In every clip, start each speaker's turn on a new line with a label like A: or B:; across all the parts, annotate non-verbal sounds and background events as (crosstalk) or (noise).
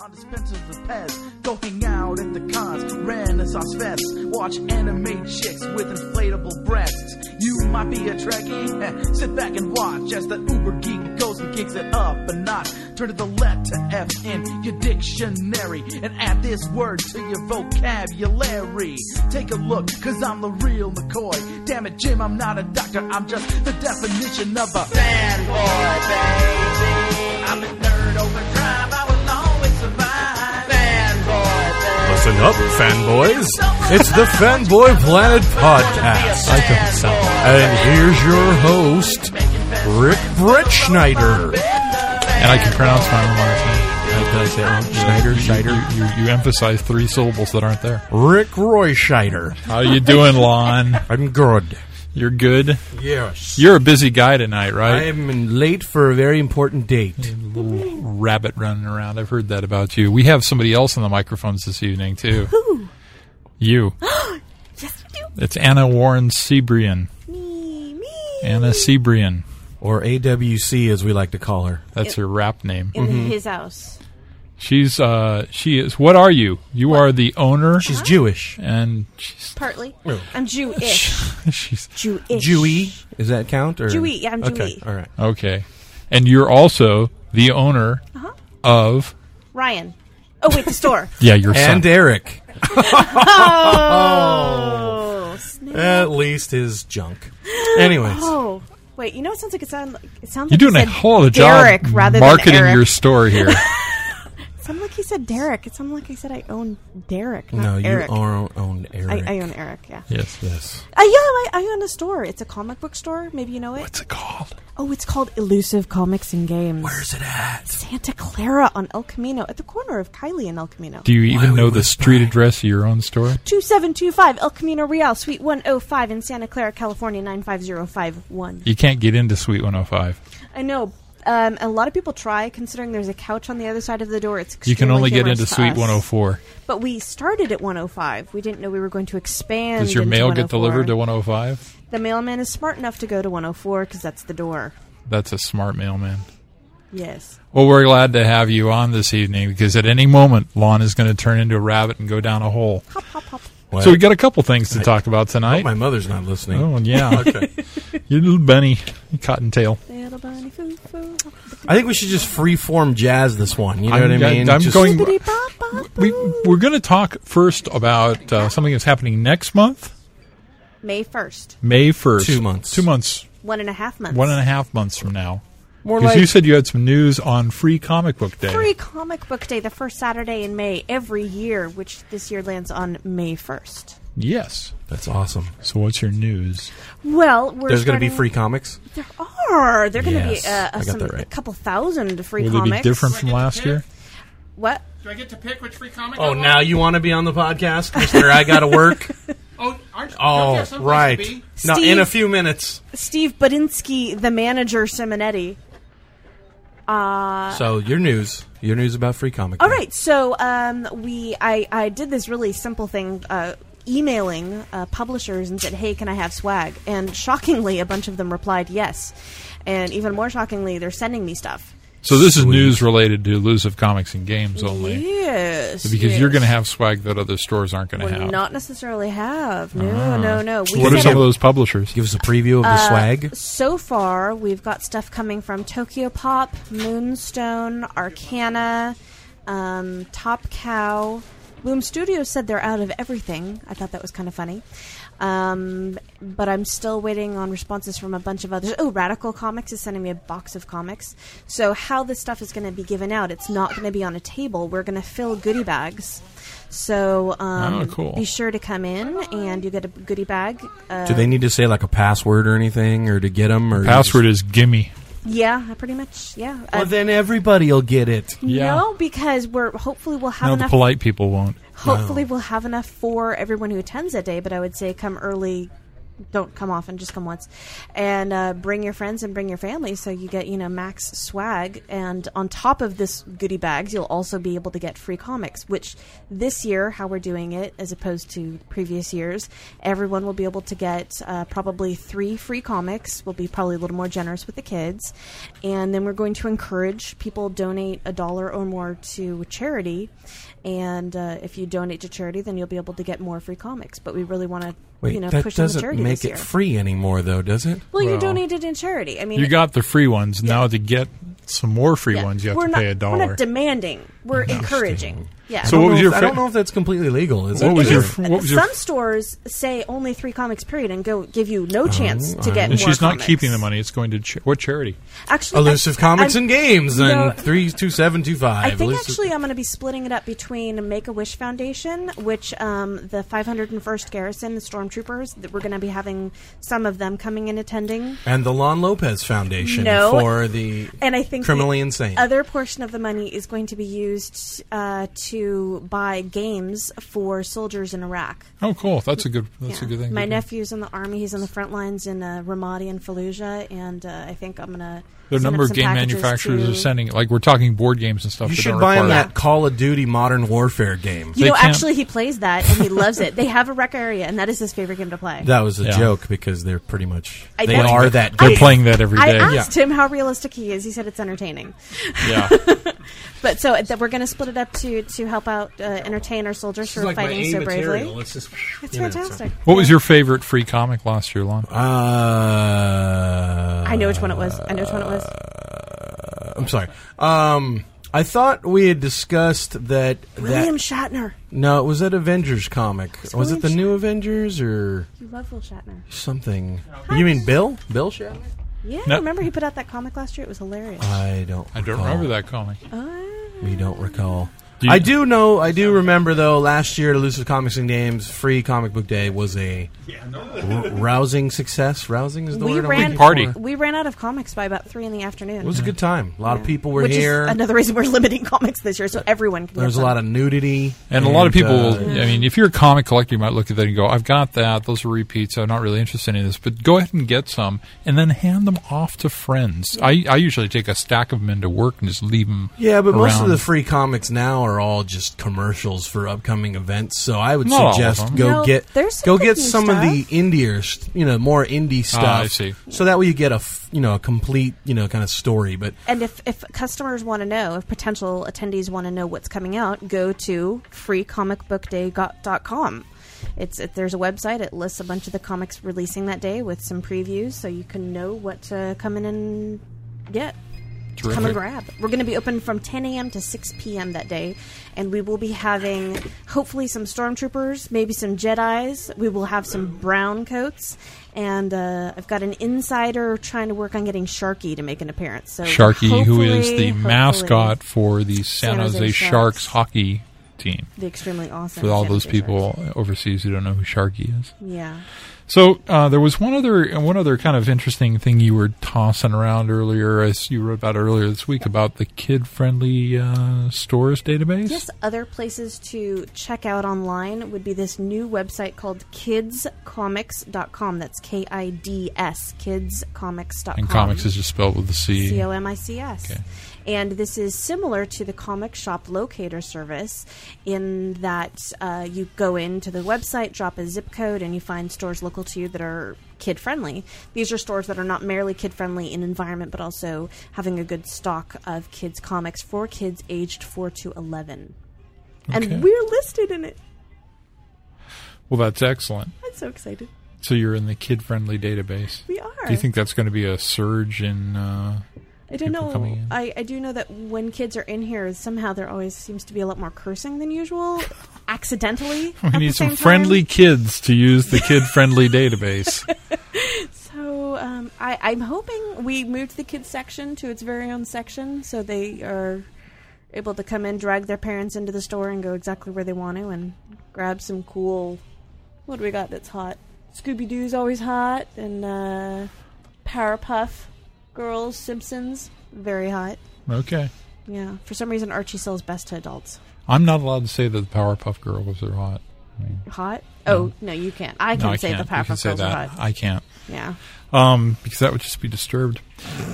A: On dispensers of Pez, go hang out at the cons, Renaissance fests, watch anime chicks with inflatable breasts. You might be a Trekkie, eh, sit back and watch as the uber geek goes and kicks it up a notch. Turn to the letter F in your dictionary and add this word to your vocabulary. Take a look, cause I'm the real McCoy. Damn it, Jim, I'm not a doctor, I'm just the definition of a fanboy, baby. I'm a nerd overdrive, I will always survive. Fanboy, baby.
B: Listen up, fanboys. It's the Fanboy Planet Podcast.
C: I don't sound.
B: And here's your host, Rick Bretschneider.
C: And I can pronounce my own last name. Did I say it wrong?
B: Schneider,
C: You- you-
B: Schneider.
C: You, you, you emphasize three syllables that aren't there.
B: Rick Royscheider.
C: How you doing, Lon?
B: I'm good.
C: You're good.
D: Yes.
C: You're a busy guy tonight,
D: I
C: right?
D: am late for a very important date.
C: Rabbit running around. I've heard that about you. We have somebody else on the microphones this evening
E: (gasps)
C: too. Who? You.
E: Yes, you
C: It's Anna Warren Sebrian.
E: do. Me, me.
C: Anna Sebrian.
D: Or AWC, as we like to call her. Mm-hmm.
C: That's her rap name.
E: in his house.
C: She's uh she is what are you? You are the owner
D: She's Jewish.
C: and she's
E: Partly. I'm
C: (laughs)
E: Jewish.
C: she's
E: Jewish.
D: Jewy? Is that count? Or?
E: Jewy, yeah, I'm
D: Okay,
E: Jewy.
D: all right.
C: okay. And you're also the owner
E: Uh-huh.
C: of
E: Ryan. Oh, wait, the store.
C: (laughs) Yeah, your
D: And
C: son.
D: Eric. (laughs)
E: oh. snap.
D: At least his junk. Anyways.
C: (gasps)
E: Oh. Wait, you know it sounds like it sounds like it sounds
C: You're
E: like
C: doing
E: he
C: a
E: said
C: hell of a
E: Derek
C: job
E: rather
C: marketing
E: than Eric.
C: your store
E: (laughs)
C: here.
E: It sounded like he said Derek. It sounded like I said I own Derek, not
D: No, you
E: Eric.
D: are own
E: I,
D: Eric.
E: I own Eric, yeah.
C: yes.
D: yes.
E: Uh, yeah, I, I own a store. It's a comic book store. Maybe you know it.
C: What's it called?
E: Oh, it's called Elusive Comics and Games.
D: Where's it at?
E: Santa Clara on El Camino, at the corner of Kylie and El Camino.
C: Do you even
D: would
C: know
D: we
C: the street address of your own store?
E: 2725 El Camino Real, Suite 105 in Santa Clara, California, 950551.
C: You can't get into Suite 105.
E: I know. Um, a lot of people try, considering there's a couch on the other side of the door. It's
C: You can
E: extremely
C: only get
E: humorous
C: into
E: to
C: Suite
E: oh us.
C: 104.
E: But we started at 105. We didn't know we were going to expand.
C: Does your
E: into
C: mail get
E: 104.
C: delivered to 105?
E: The mailman is smart enough to go to 104 because that's the door.
C: That's a smart mailman.
E: Yes.
C: Well, we're glad to have you on this evening because at any moment, Lon is going to turn into a rabbit and go down a hole.
E: Hop, hop, hop.
C: So we got a couple things to talk about tonight.
D: My mother's not listening.
C: Oh, yeah.
D: (laughs) Okay.
C: (laughs) Your little bunny, your cottontail.
E: Little bunny foo foo.
D: I think we should just free-form jazz this one. You know
C: I'm-
D: what I mean?
C: I'm
D: Just-
C: going-
E: Bibbidi bop bop.
C: We, we're going to talk first about uh, something that's happening next month,
E: May 1st.
C: May 1st.
D: Two months.
C: Two months.
E: One and a half months.
C: One and a half months from now.
D: More
C: Because
D: like
C: you said you had some news on Free Comic Book Day.
E: Free Comic Book Day, the first Saturday in May every year, which this year lands on May 1st.
C: Yes.
D: That's awesome.
C: So what's your news?
E: Well, we're
D: There's going to be
E: starting-
D: free comics?
E: There are. There are going to
D: Yes,
E: be uh,
D: I
E: uh,
D: got
E: some,
D: that right.
E: a couple thousand free
C: Will
E: comics.
C: they be different from last year?
E: What?
F: Do I get to pick which free comic? I
D: Oh,
F: want?
D: now you want to be on the podcast, Mister? I gotta
C: (laughs)
D: work.
F: (laughs) Oh, aren't, don't you
D: Oh,
F: have someplace
D: right.
F: To be?
D: Now,
E: Steve-
D: in a few minutes.
E: Steve Budinsky, the manager, Simonetti. Uh,
C: Uh,
D: so your news, your news about free comic.
E: All
D: Book.
E: right, so um, we I, I did this really simple thing, uh, emailing uh, publishers and said, "Hey, can I have swag?" And shockingly, a bunch of them replied yes, and even more shockingly, they're sending me stuff.
C: So this is news related to elusive comics and games only.
E: Yes,
C: Because you're
E: yes.
C: going to have swag that other stores aren't going to
E: Well,
C: have.
E: not necessarily have. No, no, Oh, no. We Uh,
C: what are
E: sent
C: some
E: it-
C: of those publishers?
D: Give us a preview of the swag.
E: So far, we've got stuff coming from Tokyo Pop, Moonstone, Arcana, um, Top Cow. Boom Studios said they're out of everything. I thought that was kind of funny. Um, but I'm still waiting on responses from a bunch of others. Oh, Radical Comics is sending me a box of comics. So, how this stuff is going to be given out, it's not going to be on a table. We're going to fill goodie bags. So, um,
C: Oh, cool.
E: be sure to come in and you get a goodie bag. Uh,
D: Do they need to say like a password or anything, or to get them? Or
C: Password is gimme.
E: yeah, pretty much. Yeah.
D: Well,
E: Uh,
D: then everybody'll get it.
C: Yeah.
E: No, because we're hopefully we'll have
C: No, the
E: enough.
C: polite people won't.
E: hopefully we'll have enough for everyone who attends that day. But I would say come early, don't come often, just come once, and uh, bring your friends and bring your family so you get you know max swag. And on top of this goodie bags, you'll also be able to get free comics. Which this year, how we're doing it as opposed to previous years, everyone will be able to get uh, probably three free comics. We'll be probably a little more generous with the kids, and then we're going to encourage people donate a dollar or more to charity. And uh, if you donate to charity, then you'll be able to get more free comics. But we really want to
D: Wait,
E: you know,
D: that
E: pushing the
D: doesn't
E: charity
D: make
E: this year.
D: it free anymore, though, does it?
E: well, you
C: Well,
E: donated in charity. I mean,
C: You got the free ones. Now to get some more free
E: yeah.
C: ones, you have
E: we're
C: to
E: not,
C: pay a
E: We're
C: dollar.
E: not demanding. We're encouraging. Yeah.
C: So what
D: I don't know
C: was your
D: if- I
C: fa-
D: don't know if that's completely legal. Is
C: What
D: it?
C: was your-
E: Because
C: what was your-
E: some stores say only three comics period and go give you no
D: Oh,
E: chance to get.
C: and
E: more
C: she's not
E: comics.
C: keeping the money. It's going to cha- what charity?
E: Actually,
D: elusive
E: I-
D: comics
E: I'm-
D: and games? Then
E: No.
D: three two seven two five.
E: I think
D: Elusive-
E: actually I'm going to be splitting it up between Make a Wish Foundation, which um, the 501st Garrison Stormtroopers that we're going to be having some of them coming and attending.
D: (laughs) and the Lon Lopez Foundation
E: No.
D: for the
E: and I think
D: criminally
E: the
D: insane.
E: Other portion of the money is going to be used uh, to buy games for soldiers in Iraq.
C: Oh, cool. That's a good. That's
E: Yeah.
C: a good thing.
E: My
C: to do.
E: nephew's in the army. He's on the front lines in uh, Ramadi and Fallujah, and uh, I think I'm gonna.
C: The
E: send
C: number
E: up some
C: of game
E: packages
C: manufacturers
E: to,
C: are sending. Like we're talking board games and stuff.
D: you
C: that
D: should
C: don't
D: buy him
C: require-
D: that Call of Duty Modern Warfare game.
E: You
C: They
E: know,
C: can't-
E: actually, he plays that and he loves it. They have a rec area, and that is his favorite game to play.
D: That was a
C: Yeah.
D: joke because they're pretty much
E: I
D: they
E: don't-
D: are that.
C: They're
D: game.
C: playing that every
E: I
C: day.
E: asked him how realistic he is. He said it's entertaining.
C: yeah.
E: (laughs) But so that we're going to split it up to to help out uh, entertain our soldiers for fighting so bravely.
D: It's just
E: It's fantastic.
C: What was your favorite free comic last year, Lon?
D: Uh,
E: I know which one it was. I know which one it was.
D: I'm sorry. Um, I thought we had discussed that.
E: William
D: that
E: Shatner.
D: no, it was that Avengers comic. was
E: William
D: it the
E: Sh-
D: new Avengers or
E: You love Will Shatner.
D: something? You mean Bill? Bill Shatner?
E: Yeah,
C: No.
E: remember he put out that comic last year? It was hilarious.
D: I don't.
C: I don't
D: recall.
C: remember that comic.
E: Uh,
D: We don't recall.
C: Do you-
D: I do know. I do remember though. Last year, at Elusive Comics and Games Free Comic Book Day was a r- rousing success. Rousing is the
E: we
D: word. I'm
E: ran
D: looking
C: party.
D: for.
E: We ran out of comics by about three in the afternoon.
D: It was a good time. A lot of people were
E: which
D: here.
E: is another reason we're (laughs) limiting comics this year, so everyone can.
D: there was a lot of nudity,
C: And, a lot of people,
D: uh,
C: will, I mean, if you're a comic collector, you might look at that and go, I've got that. Those are repeats. I'm not really interested in this. But go ahead and get some and then hand them off to friends. I, I usually take a stack of them into work and just leave them.
D: Yeah, but most of
C: around.
D: the free comics now are all just commercials for upcoming events. So I would
C: Not all of them.
D: suggest go
E: No,
D: get
E: there's some
D: go
E: good
D: get
E: new
D: some of the indier, st- you know, more indie stuff.
C: Ah, I see.
D: So that way you get a f- you know a complete you know kind of story. But
E: And if, if customers want to know, if potential attendees want to know what's coming out, go to freecomicbookday.com. It's it, there's a website. It lists a bunch of the comics releasing that day with some previews, so you can know what to come in and get. Come and grab. We're going to be open from 10 a.m. to 6 p.m. that day, and we will be having hopefully some stormtroopers, maybe some Jedi's. We will have some brown coats, and uh, I've got an insider trying to work on getting Sharky to make an appearance. So
C: Sharky, who is
E: hopefully-
C: the
E: hopefully
C: mascot for the San, Jose, Sharks. hockey team.
E: the extremely awesome
C: For all
E: San
C: those
E: Jose Sharks.
C: people overseas who don't know who Sharky is.
E: Yeah,
C: So uh, there was one other one other kind of interesting thing you were tossing around earlier, as you wrote about earlier this week about the kid friendly uh, stores database.
E: just other places to check out online would be this new website called kidscomics.com. That's K I D S kidscomics.com.
C: And comics is just spelled with a C.
E: C O M I C S.
C: Okay.
E: And this is similar to the comic shop locator service in that uh, you go into the website, drop a zip code, and you find stores local to you that are kid friendly. These are stores that are not merely kid friendly in environment, but also having a good stock of kids' comics for kids aged 4 to 11.
C: Okay.
E: And we're listed in it.
C: Well, that's excellent.
E: I'm so excited.
C: So you're in the kid friendly database.
E: We are.
C: Do you think that's going to be a surge in? Uh,
E: I don't
C: people coming
E: know.
C: in?
E: I, I do know that when kids are in here, somehow there always seems to be a lot more cursing than
C: (laughs)
E: usual, accidentally.
C: we
E: at the
C: need some
E: same time.
C: friendly kids to use the
E: (laughs)
C: kid friendly database.
E: So um, I, I'm hoping we moved the kids section to its very own section, so they are able to come in, drag their parents into the store, and go exactly where they want to, and grab some cool. What do we got that's hot? Scooby Doo's always hot, and uh, Powerpuff Girls, Simpsons, very hot.
C: Okay.
E: Yeah, for some reason Archie sells best to adults.
C: I'm not allowed to say that the Powerpuff Girls are hot.
E: Hot? Oh no, you can't. I can
C: No, I
E: say
C: can't.
E: the
C: you can
E: Powerpuff
C: say
E: Girls are
C: that.
E: hot.
C: I can't.
E: yeah.
C: um, because that would just be disturbed.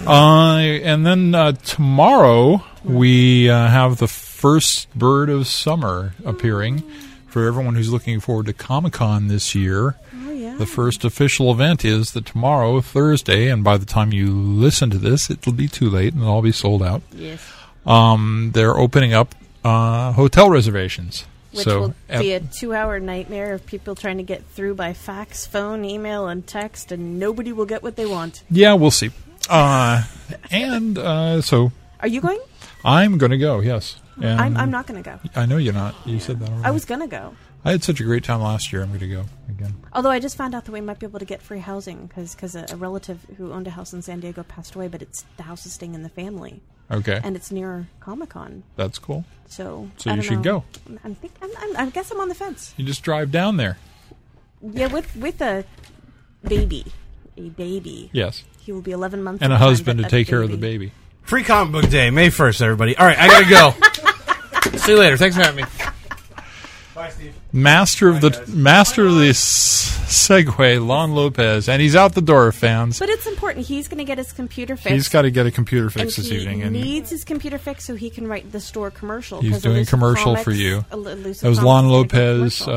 C: Uh, and then uh, tomorrow we uh, have the first bird of summer appearing for everyone who's looking forward to Comic Con this year.
E: Oh yeah.
C: The first official event is the tomorrow, Thursday, and by the time you listen to this, it'll be too late and it'll all be sold out.
E: yes.
C: Um, they're opening up uh, hotel reservations.
E: Which
C: so
E: will
C: at-
E: be a two-hour nightmare of people trying to get through by fax, phone, email, and text, and nobody will get what they want.
C: yeah, we'll see.
E: (laughs)
C: Uh, and uh, so
E: Are you going?
C: I'm going to go. Yes, and
E: I'm, I'm not going to go.
C: I know you're not. You said that already.
E: I was going to go.
C: I had such a great time last year. I'm going to go again.
E: Although I just found out that we might be able to get free housing because a, a relative who owned a house in San Diego passed away, but it's the house is staying in the family,
C: Okay,
E: and it's near Comic Con,
C: that's cool.
E: so
C: So
E: I
C: you
E: don't
C: should
E: know.
C: go.
E: I'm think I'm, I'm, I guess I'm on the fence.
C: You just drive down there.
E: Yeah, with with a baby, a baby.
C: Yes,
E: He will be 11 months
C: and
E: at the
C: a
E: time,
C: husband
E: but
C: to
E: a
C: take care of the baby.
D: Free comic book day, May 1st, everybody. All right, I gotta
C: (laughs)
D: go. See you later. Thanks for having me. Bye, Steve.
C: Master of the master of the s- segue, Lon Lopez, and he's out the door, fans.
E: But it's important. He's going to get his computer fixed.
C: He's got to get a computer
E: and
C: fix this
E: he
C: evening, and
E: needs his computer fixed so he can write the store commercial.
C: He's
E: 'cause
C: doing
E: Elusive
C: commercial for
E: Comics-
C: you.
E: El- Elusive
C: that was
E: Comics
C: Lon
E: is gonna do a
C: Lopez,
E: commercial.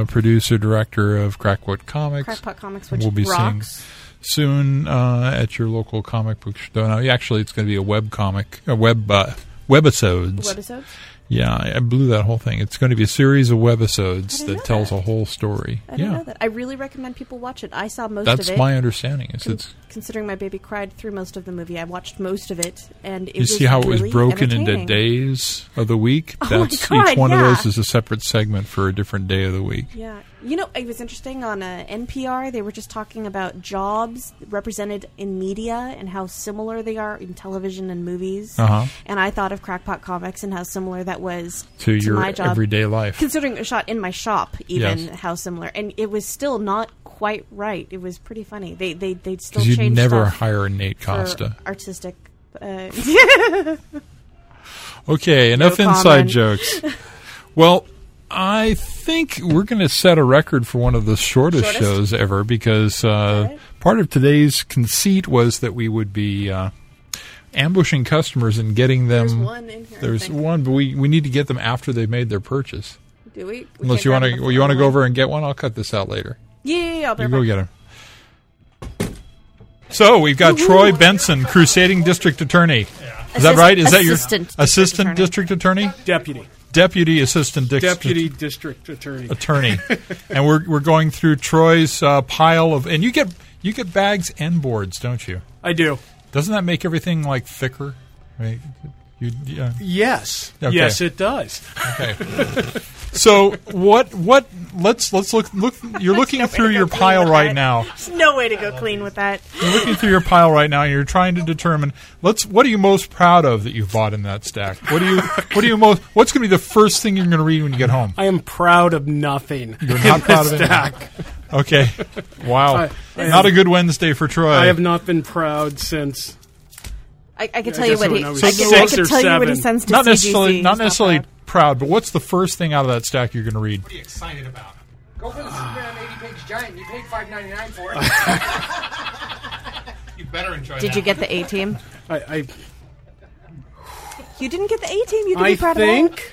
C: uh, producer director of Crackpot Comics.
E: Crackpot Comics, which
C: we'll be
E: rocks.
C: seeing soon uh, at your local comic book store. No, actually, it's going to be a web comic, a web uh, webisodes.
E: Webisodes?
C: Yeah, I I blew that whole thing. It's going to be a series of webisodes
E: I didn't know
C: that tells
E: that.
C: a whole story.
E: I
C: yeah,
E: don't know that. I really recommend people watch it. I saw most
C: that's
E: of it.
C: my understanding. Is
E: con-
C: it's
E: considering my baby cried through most of the movie, I watched most of it, and it
C: you
E: was
C: see how it
E: really
C: was broken into
E: entertaining.
C: days of the week.
E: (laughs) Oh my
C: that's each
E: God,
C: one of
E: yeah.
C: those is a separate segment for a different day of the week.
E: Yeah, you know, it was interesting on uh, NPR. They were just talking about jobs represented in media and how similar they are in television and movies.
C: Uh-huh.
E: And I thought of Crackpot Comics and how similar that was
C: To your
E: my job.
C: everyday life.
E: Considering it was shot in my shop, even
C: Yes.
E: how similar, and it was still not quite right. It was pretty funny. They they they still
C: Because you'd
E: changed
C: never
E: stuff
C: hire Nate
E: for
C: Costa.
E: artistic. Uh, (laughs)
C: Okay, enough
E: No comment.
C: inside jokes. well, I think we're going to set a record for one of the shortest,
E: Shortest?
C: shows ever because uh,
E: Okay.
C: part of today's conceit was that we would be uh, ambushing customers and getting them.
E: There's one in here, I
C: There's
E: think.
C: one, but we, we need to get them after they've made their purchase.
E: do we? we
C: Unless
E: can't
C: you want
E: grab
C: to,
E: them
C: well, you want to go
E: online.
C: over and get one. I'll cut this out later.
E: Yeah, yeah, yeah, I'll be
C: You
E: right
C: go
E: back.
C: get him. So we've got Troy Benson, crusading district attorney. Is that
E: Assist-
C: right? Is that your
E: assistant district
C: assistant
E: attorney.
C: district attorney?
G: Deputy.
C: deputy assistant dic-
G: Deputy District Attorney. (laughs)
C: attorney, and we're we're going through Troy's uh, pile of, and you get you get bags and boards, don't you?
G: I do.
C: Doesn't that make everything like thicker? I mean, you, yeah.
G: Yes.
C: Okay.
G: Yes, it does.
C: Okay. so what what let's let's look look. You're looking
E: There's no way
C: through
E: to
C: your
E: go
C: pile
E: clean with
C: right
E: that.
C: now.
E: There's no way to go clean with that.
C: You're looking through your pile right now. and You're trying to determine let's what are you most proud of that you've bought in that stack. What do you what do you most what's going to be the first thing you're going to read when you get home?
G: I am proud of nothing.
C: You're
G: (laughs)
C: not proud of it. Okay. Wow.
G: I- I have-
C: not a good Wednesday for Troy.
G: I have not been proud since.
E: I, I
G: I
E: could tell you
G: guess
E: what
G: when
E: he.
G: I
E: I
G: was
E: could, I
G: six
E: could
G: or
E: tell you what he
G: seven.
E: sends to
C: not
E: CGC.
C: necessarily not
E: He's
C: necessarily
E: proud.
C: proud. but what's the first thing out of that stack you're going to read?
F: What are you excited about? Go for the Superman 80 page giant. You paid five ninety nine for it. you better enjoy
E: Did you get the A team?
G: I, I,
E: You didn't get the A team. You can
G: I
E: be proud of
G: think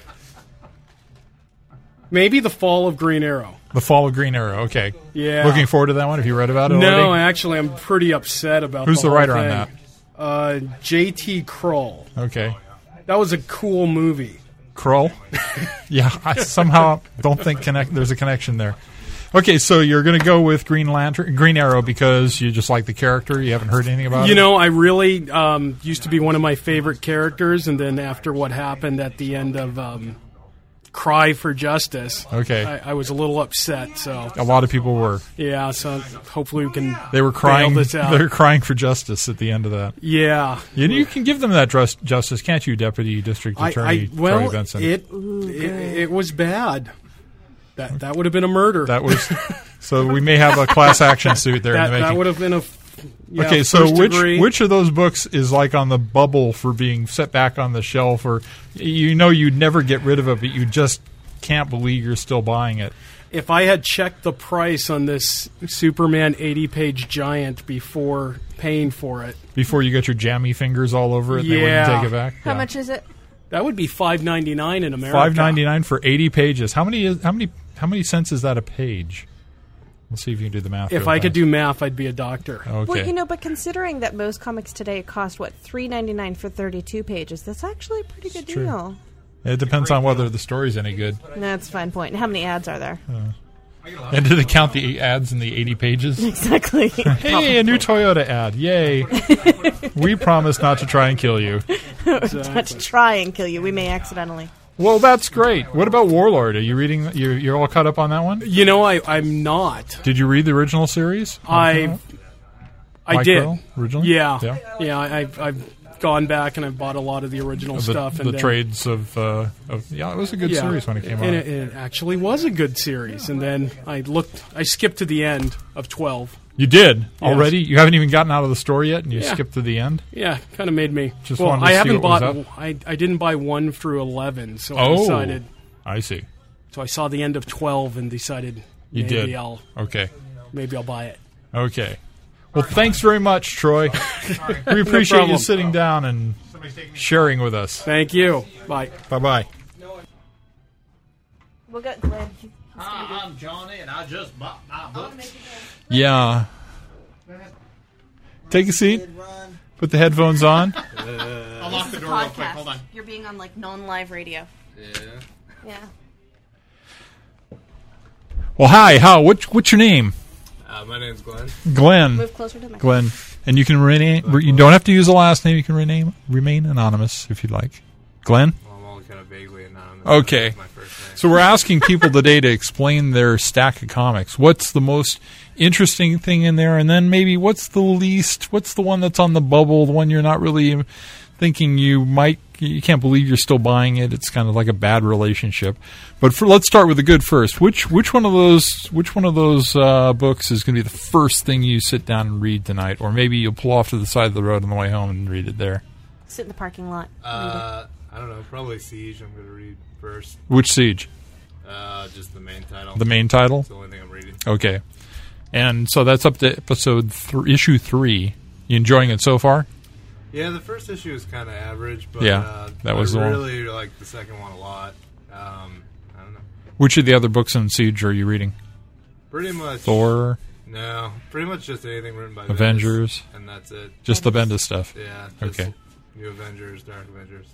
G: maybe the fall of Green Arrow.
C: The Fall of Green Arrow. Okay.
G: Yeah.
C: Looking forward to that one. Have you read about it
G: No,
C: already?
G: actually, I'm pretty upset about.
C: Who's the
G: whole
C: writer
G: thing.
C: on that?
G: Uh, J.T. Kroll.
C: okay.
G: That was a cool movie. (laughs)
C: Kroll. yeah. I somehow don't think connect. There's a connection there. Okay, so you're going to go with Green Lantern, Green Arrow, because you just like the character. You haven't heard anything about
G: You
C: it.
G: know, I really um, used to be one of my favorite characters, and then after what happened at the end of um, Cry for Justice,
C: Okay.
G: I, I was a little upset. So
C: a lot of people were.
G: yeah, so hopefully we can.
C: They were crying.
G: Bail this out.
C: (laughs) They were crying for justice at the end of that.
G: Yeah,
C: You, you can give them that dress, justice, can't you, Deputy District
G: I, I
C: Attorney
G: well,
C: Troy Benson?
G: it, it it was bad. That that would have been a murder.
C: that was (laughs) so we may have a class action suit there
G: that,
C: in the making.
G: that would have been a. f- yeah,
C: okay, so
G: first
C: which
G: degree.
C: which of those books is like on the bubble for being set back on the shelf, or you know you'd never get rid of it, but you just can't believe you're still buying it?
G: if I had checked the price on this Superman 80 page giant before paying for it,
C: Before you got your jammy fingers all over it, and they
G: Yeah.
C: wouldn't take it back.
E: How much is it?
G: that would be five ninety nine in America.
C: Five ninety nine for eighty pages. How many? Is, how many? How many cents is that a page? Let's see if you can do the math.
G: If
C: real
G: I could
C: fast.
G: do math, I'd be a doctor.
C: okay.
E: Well, you know, but considering that most comics today cost what three ninety nine for thirty two pages, that's actually a pretty good
C: true.
E: deal.
C: it depends on whether the story's any good. Uh,
E: That's a fine point. How many ads
D: (laughs)
E: are there?
C: And did it count the ads in the eighty pages?
D: (laughs)
E: (laughs) Exactly.
C: Hey, a new Toyota ad! Yay! we promise not to try and kill you.
E: (laughs) Not to try and kill you. We may accidentally.
C: Well, that's great. What about Warlord? Are you reading? You're, you're all caught up on that one.
G: You know, I, I'm not.
C: Did you read the original series?
G: I I
C: Micro,
G: did.
C: originally.
G: Yeah.
C: yeah.
G: Yeah, I, I've, I've gone back and I've bought a lot of the original
C: The,
G: stuff.
C: the
G: and then-
C: trades of, uh, of yeah, it was a good
G: Yeah.
C: series when it came out.
G: and It, it actually was a good series. And then I looked, I skipped to the end of 12.
C: You did already. You haven't even gotten out of the story yet, and you
G: Yeah.
C: skipped to the end.
G: Yeah, kind of made me.
C: Just
G: well,
C: wanted to
G: I
C: see
G: haven't
C: what was
G: bought.
C: up.
G: I, I didn't buy one through eleven, so I
C: Oh,
G: decided.
C: I see.
G: So I saw the end of twelve and decided
C: You
G: maybe
C: did.
G: I'll
C: Okay.
G: maybe I'll buy it.
C: Okay. Well, thanks very
G: (laughs)
C: much, Troy. we appreciate you
G: problem.
C: sitting down and sharing with us.
G: Thank you. Bye.
C: Bye bye.
E: We'll get Glenn.
H: Hi, I'm Johnny, and I just bought my books.
C: Yeah. Take a seat.
H: Run.
C: Put the headphones on.
H: I'll lock the door real quick. Hold on.
E: You're being on like non-live radio. Yeah. Yeah.
C: Well, hi. How? What, what's your name?
D: Uh, my name's Glenn.
C: Glenn.
E: Move closer to the mic.
C: Glenn. And you can rename. You don't have to use a last name. You can rename. Remain anonymous if you'd like. Glenn.
D: I'm all kind of vaguely anonymous.
C: Okay.
D: My first name.
C: So we're asking people today to explain their stack of comics. What's the most interesting thing in there, and then maybe what's the least? What's the one that's on the bubble? The one you're not really thinking you might. You can't believe you're still buying it. It's kind of like a bad relationship. But for, let's start with the good first. Which which one of those which one of those uh, books is going to be the first thing you sit down and read tonight, or maybe you'll pull off to the side of the road on the way home and read it there?
E: Sit in the parking lot.
D: Uh, I don't know. Probably Siege. I'm going to read first.
C: Which siege?
D: Uh, just the main title.
C: The main title.
D: It's the only thing I'm reading.
C: Okay. And so that's up to episode thr issue three. You enjoying it so far?
D: Yeah, the first issue was kind of average, but
C: Yeah,
D: uh,
C: that was the
D: I
C: one.
D: really like the second one a lot. Um, I don't know.
C: Which of the other books in Siege are you reading?
D: Pretty much
C: Thor, (laughs)
D: No, pretty much just anything written by
C: Avengers?
D: Bendis, and that's it.
C: just the Bendis stuff.
D: Yeah. Just
C: Okay.
D: New Avengers, Dark Avengers.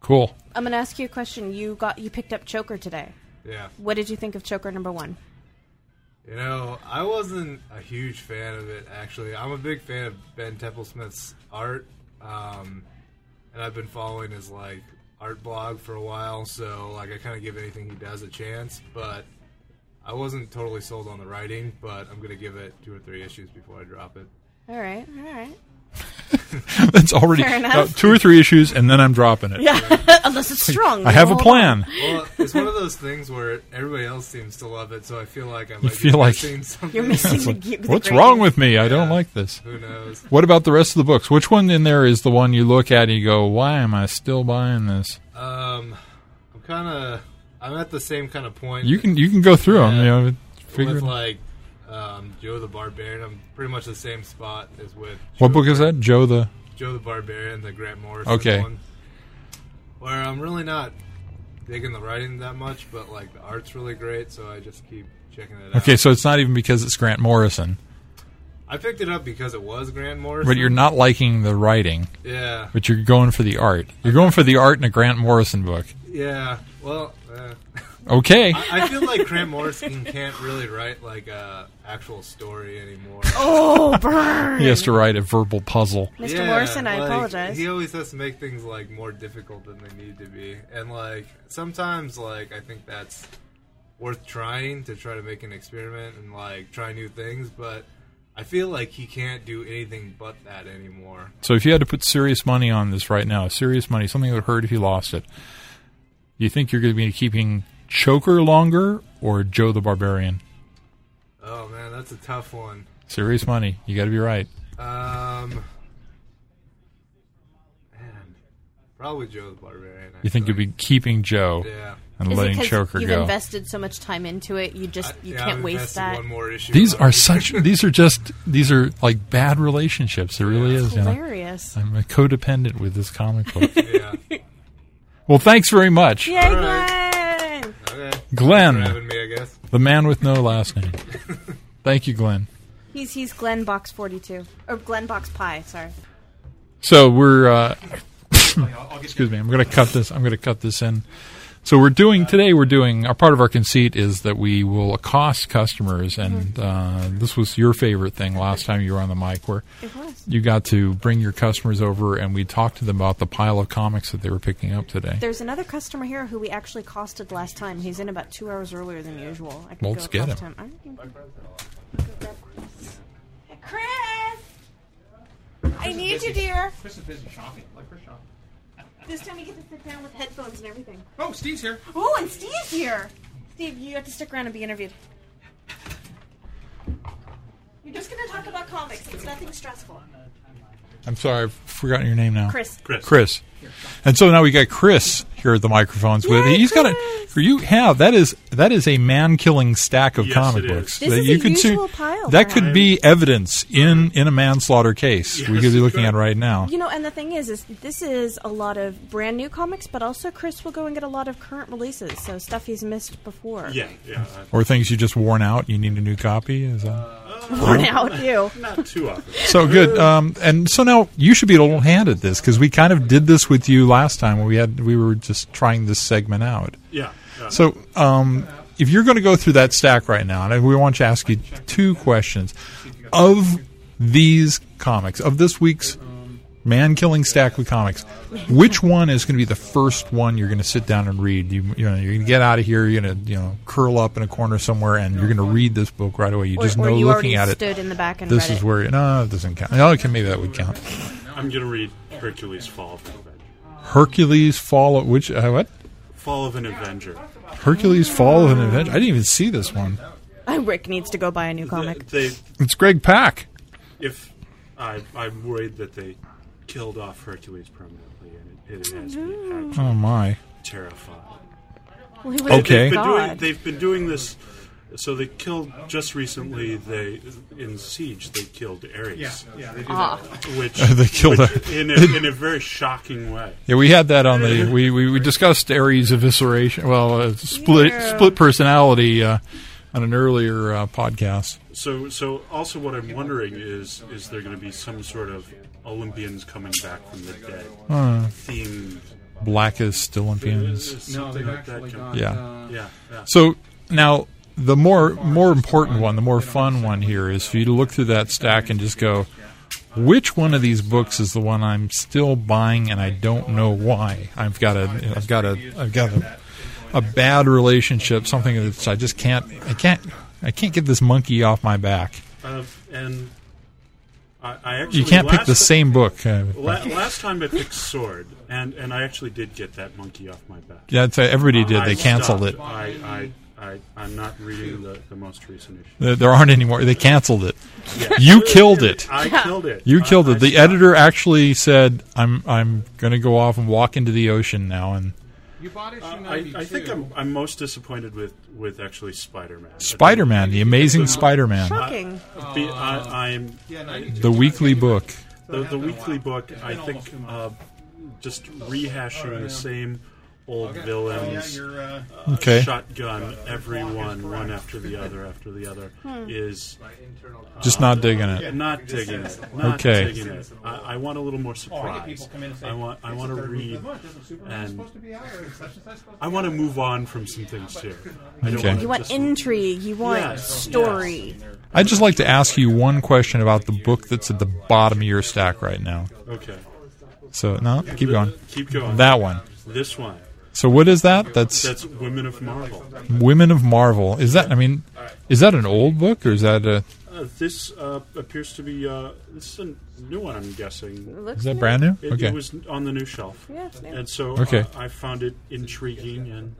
C: Cool.
E: I'm gonna ask you a question. You got you picked up Choker today.
D: Yeah.
E: What did you think of Choker number one?
D: You know, I wasn't a huge fan of it actually. I'm a big fan of Ben Templesmith's art, um, and I've been following his like art blog for a while. So like, I kind of give anything he does a chance, but. I wasn't totally sold on the writing, but I'm gonna give it two or three issues before I drop it.
E: All right, all right.
C: That's already
E: Fair enough.
C: uh, two or three issues, and then I'm dropping it.
E: (laughs) Unless it's strong.
C: I have a
E: Hold
C: plan.
D: Well, it's one of those things where everybody else seems to love it, so I feel like I might
C: feel
D: be
C: like-
D: missing something.
E: on. You're missing the, the
C: What's
E: grain.
C: wrong with me? I don't like this.
D: Who knows?
C: What about the rest of the books? Which one in there is the one you look at and you go, "Why am I still buying this?"
D: Um, I'm kind of. I'm at the same kind of point.
C: You can you can go through them.
D: Yeah.
C: You know, figure.
D: with
C: it out.
D: like um, Joe the Barbarian. I'm pretty much the same spot as with
C: What
D: Joe,
C: book is that? Joe the
D: Joe the Barbarian, the Grant Morrison
C: Okay.
D: one. Where I'm really not digging the writing that much, but like the art's really great, so I just keep checking it out.
C: okay. So it's not even because it's Grant Morrison,
D: I picked it up because it was Grant Morrison.
C: but you're not liking the writing.
D: Yeah,
C: But you're going for the art. You're going for the art in a Grant Morrison book.
D: yeah. Well. Uh,
C: Okay.
D: I feel like Grant Morrison can't really write like a actual story
C: (laughs)
D: anymore.
E: Oh, burn.
C: He has to write a verbal puzzle.
E: Mr.
D: Yeah,
E: Morrison, I
D: like,
E: apologize.
D: He always has to make things like more difficult than they need to be, and like sometimes, like I think that's worth trying to try to make an experiment and like try new things. But I feel like he can't do anything but that anymore.
C: So if you had to put serious money on this right now, serious money, something that would hurt if you lost it, you think you're going to be keeping Choker longer or Joe the Barbarian?
D: Oh man, that's a tough one.
C: Serious money. You got to be right.
D: Um, man, probably Joe the Barbarian.
C: You think you'll
D: actually.
C: be keeping Joe.
D: Yeah.
C: and
E: Is it
C: letting
E: because
C: Choker
E: you've
C: go.
E: invested so much time into it? You just you
D: Yeah,
E: can't
D: I've
E: waste
D: invested
E: that.
D: One more issue.
C: these
D: already.
C: are such. These are just. These are like bad relationships. It really is. You know?
E: Hilarious.
C: I'm a codependent with this comic book.
D: (laughs) yeah.
C: well, thanks very much,
E: Yay,
D: right.
E: Glenn!
D: Okay. For
C: Glenn,
D: having me, I guess.
C: the man with no
D: (laughs)
C: last name. Thank you, Glenn.
E: He's he's Glenn Box forty two or Glenn Box Pie. Sorry.
C: So we're uh, (laughs) excuse me. I'm going to cut this. I'm going to cut this in. So we're doing today. We're doing a part of our conceit is that we will accost customers, and
E: Mm-hmm.
C: uh, this was your favorite thing last time you were on the mic, where
E: It was.
C: you got to bring your customers over, and we talked to them about the pile of comics that they were picking up today.
E: There's another customer here who we actually costed last time. He's in about two hours earlier than usual. I can
C: Well,
E: go
C: let's get
E: accost
C: him.
E: All right. Go grab Chris. Chris, I need you, dear.
H: Chris is busy shopping. Like Chris shopping.
E: This time you get to sit down with headphones and everything.
H: Oh, Steve's here.
E: Oh, and Steve's here. Steve, you have to stick around and be interviewed. You're just going to talk about comics. It's nothing stressful.
C: I'm sorry, I've forgotten your name now.
E: Chris.
C: Chris. And so now we got Chris here at the microphones with.
E: Yay,
C: He's got
E: Chris!
C: a. You have that is that is a man killing stack of
I: Yes,
C: comic
I: it is.
C: books
E: This
C: that
E: is
C: you
E: a
C: could
E: usual
C: see.
E: pile,
C: that
E: Brad.
C: could be evidence in in a manslaughter case we could be looking at right now.
E: You know, and the thing is, is this is a lot of brand new comics, but also Chris will go and get a lot of current releases, so stuff he's missed before.
I: Yeah,
H: Uh,
I: yeah. I-
C: Or things you just worn out, you need a new copy. Is that?
E: Worn out, ew.
J: (laughs)
I: Not too often.
C: so
I: (laughs)
C: good. Um, and so now you should be a little hand at this because we kind of did this with you last time when we had we were just trying this segment out.
I: Yeah. yeah.
C: So, um, if you're going to go through that stack right now, and I- we want to ask you two questions of these comics, of this week's man killing stack of comics, which one is going to be the first one you're going to sit down and read? You, you know, you're going to get out of here, you're going to you know curl up in a corner somewhere, and you're going to read this book right away. You
E: Or,
C: just
E: or
C: know
E: you already
C: looking at it.
E: stood in the back and
C: This
E: read
C: is
E: it.
C: where no, it doesn't count. No, okay, maybe that would count.
I: I'm going to read Hercules Fall of an Avenger.
C: Hercules Fall, of- which uh, what?
I: Fall of an Avenger.
C: Hercules Fall of an Adventure. I didn't even see this one.
E: Oh, Rick needs to go buy a new comic.
I: They,
C: It's Greg Pack.
I: if I, I'm worried that they killed off Hercules permanently, and it, it has me actually
C: Oh my.
I: terrified.
E: Well, he was
C: Okay.
E: a good
I: They've been, doing,
E: god.
I: they've been doing this. So they killed just recently. They in siege they killed Ares,
H: Yeah, they do
E: Ah.
H: that.
I: which
C: (laughs) They killed
I: which
C: her.
I: in a,
C: (laughs)
I: in a very shocking way.
C: Yeah, we had
I: (laughs)
C: that on the we we, we discussed Aries evisceration. Well, uh, split
E: Yeah.
C: split personality uh, on an earlier uh, podcast.
I: So, so also what I'm wondering is, is there going to be some sort of Olympians coming back from the dead themed?
C: Blackest Olympians.
H: No,
I: Something
H: they've
I: like that.
H: actually
I: coming-
H: got.
C: Yeah.
H: Uh,
I: Yeah, yeah.
C: So now the more more important one, the more fun one here is for you to look through that stack and just go, which one of these books is the one I'm still buying and I don't know why? I've got a I've got a I've got a, a bad relationship, something that's I just can't I can't I can't get this monkey off my back.
I: Uh, and I, I actually
C: You can't pick
I: last
C: the
I: ti-
C: same book. uh,
I: La- last time I picked Sword, and and I actually did get that monkey off my back.
C: Yeah, that's, everybody did. They
I: I
C: canceled
I: stopped.
C: it.
I: I, I, I, I'm not reading the, the most recent issue.
C: There there aren't any more. They canceled it. You killed it.
I: I killed it.
C: You
I: I-
C: killed
I: I
C: it. The
I: stopped.
C: editor actually said, "I'm I'm going to go off and walk into the ocean now." And
H: You bought issue
I: Uh, I,
H: 92.
I: I think I'm, I'm most disappointed with, with actually Spider-Man. uh,
C: Spider-Man, the Amazing Spider-Man,
E: Shocking.
I: Be, I, I'm
H: Yeah, 92.
C: the weekly book.
I: the, the weekly book. I think uh, just
H: Oh,
I: rehashing the same old villains,
H: You're, uh,
C: Okay,
I: shotgun, everyone one after the other after the other
H: Hmm.
I: is
C: just not digging it.
I: not digging it. Not
C: Okay.
I: digging it. I, I want a little more surprise.
H: Oh, people come in and say,
I: I want I
H: it's
I: want
H: the
I: to
H: third week
I: read
H: of the month. Isn't Superman
I: and-
H: supposed to be out? Or such and such supposed to
I: I
H: be
I: want to
H: out?
I: move on from some things here. I don't
C: Okay.
I: wanna
E: You want
I: just-
E: intrigue. You want
I: Yes, yes.
E: story.
C: I'd just like to ask you one question about the book that's at the bottom of your stack right now.
I: Okay.
C: So no, keep going.
I: Keep going.
C: That one.
I: This one.
C: So what is that? That's
I: That's Women of Marvel.
C: Women of Marvel. Is that? I mean, is that an old book or is that a?
I: Uh, this uh, appears to be uh, this is a new one. I'm guessing.
E: Looks
C: Is that
E: new.
C: brand new?
I: It, it
C: Okay.
I: was on the new shelf.
E: Yeah, it's new.
I: And so uh,
C: Okay.
I: I, I found it intriguing and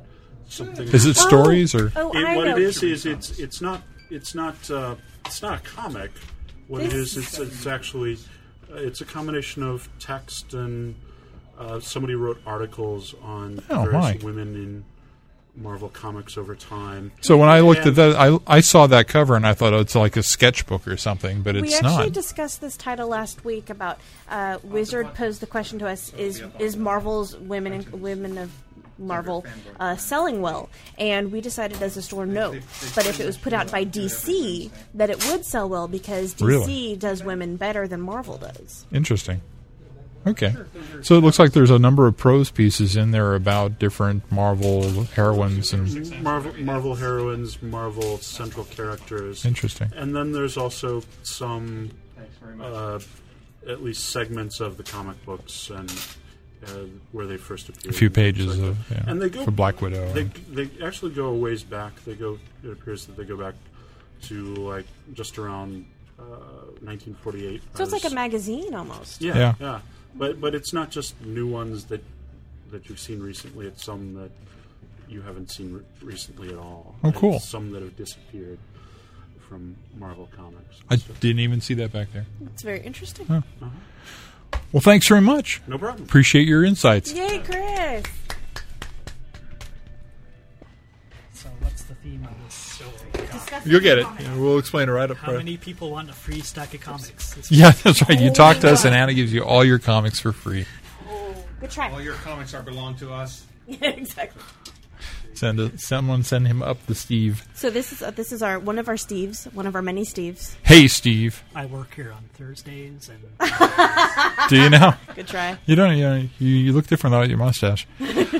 I: something.
C: Is it
E: Oh.
C: stories or?
E: Oh,
I: It-
E: I
I: what
E: know.
I: it is is it's it's not it's not uh, it's not a comic. What it is it's it's actually uh, it's a combination of text and uh, somebody wrote articles on
C: Oh,
I: various
C: my.
I: women in Marvel comics over time.
C: So when I looked
I: And-
C: at that, I, I saw that cover and I thought oh, it's like a sketchbook or something, but
E: we
C: it's
E: actually
C: not.
E: discussed this title last week about uh, Wizard posed the question to us: Is is Marvel's women and women of Marvel uh, selling well? And we decided as a store no, but if it was put out by DC, that it would sell well because DC
C: Really?
E: does women better than Marvel does.
C: Interesting. Okay. So it looks like there's a number of prose pieces in there about different Marvel heroines and
I: Marvel, Marvel heroines, Marvel central characters.
C: interesting.
I: And then there's also some, uh, at least segments of the comic books and uh, where they first appeared.
C: A few pages
I: Like
C: of yeah,
I: and they go
C: for Black Widow.
I: They,
C: and-
I: they actually go a ways back. They go. It appears that they go back to like just around uh, 1948.
E: So it's
I: as-
E: like a magazine almost.
I: Yeah,
C: Yeah.
I: yeah, But but it's not just new ones that that you've seen recently. It's some that you haven't seen re- recently at all.
C: Oh,
I: And
C: cool.
I: Some that have disappeared from Marvel comics.
C: I
I: So-
C: didn't even see that back there.
E: It's very interesting.
C: Well, thanks very much.
I: no problem.
C: Appreciate your insights.
E: Yay, Chris!
J: So what's the theme of this story?
C: You'll get it. Yeah, we'll explain it right up
J: How
C: front.
J: many people want a free stack of comics? This
C: (laughs) Yeah, that's right. You talk to us, and Anna gives you all your comics for free.
E: Good try.
H: All your comics are belong to us.
E: (laughs) Yeah, exactly.
C: Send a, someone send him up the Steve.
E: So this is uh, this is our one of our Steves, one of our many Steves.
C: Hey, Steve.
J: I work here on Thursdays, and
C: (laughs) (laughs) Do you know?
E: Good try.
C: You don't. You, know, you, you look different without your mustache.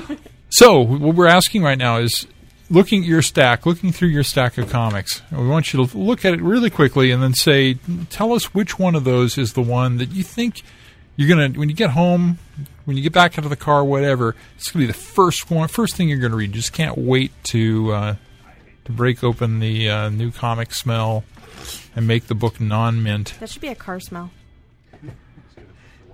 C: (laughs) so what we're asking right now is looking at your stack, looking through your stack of comics. And we want you to look at it really quickly and then say, tell us which one of those is the one that you think you're gonna when you get home, when you get back out of the car, whatever. It's gonna be the first one, first thing you're gonna read. You just can't wait to uh, to break open the uh, new comic smell and make the book non-mint.
E: That should be a car smell.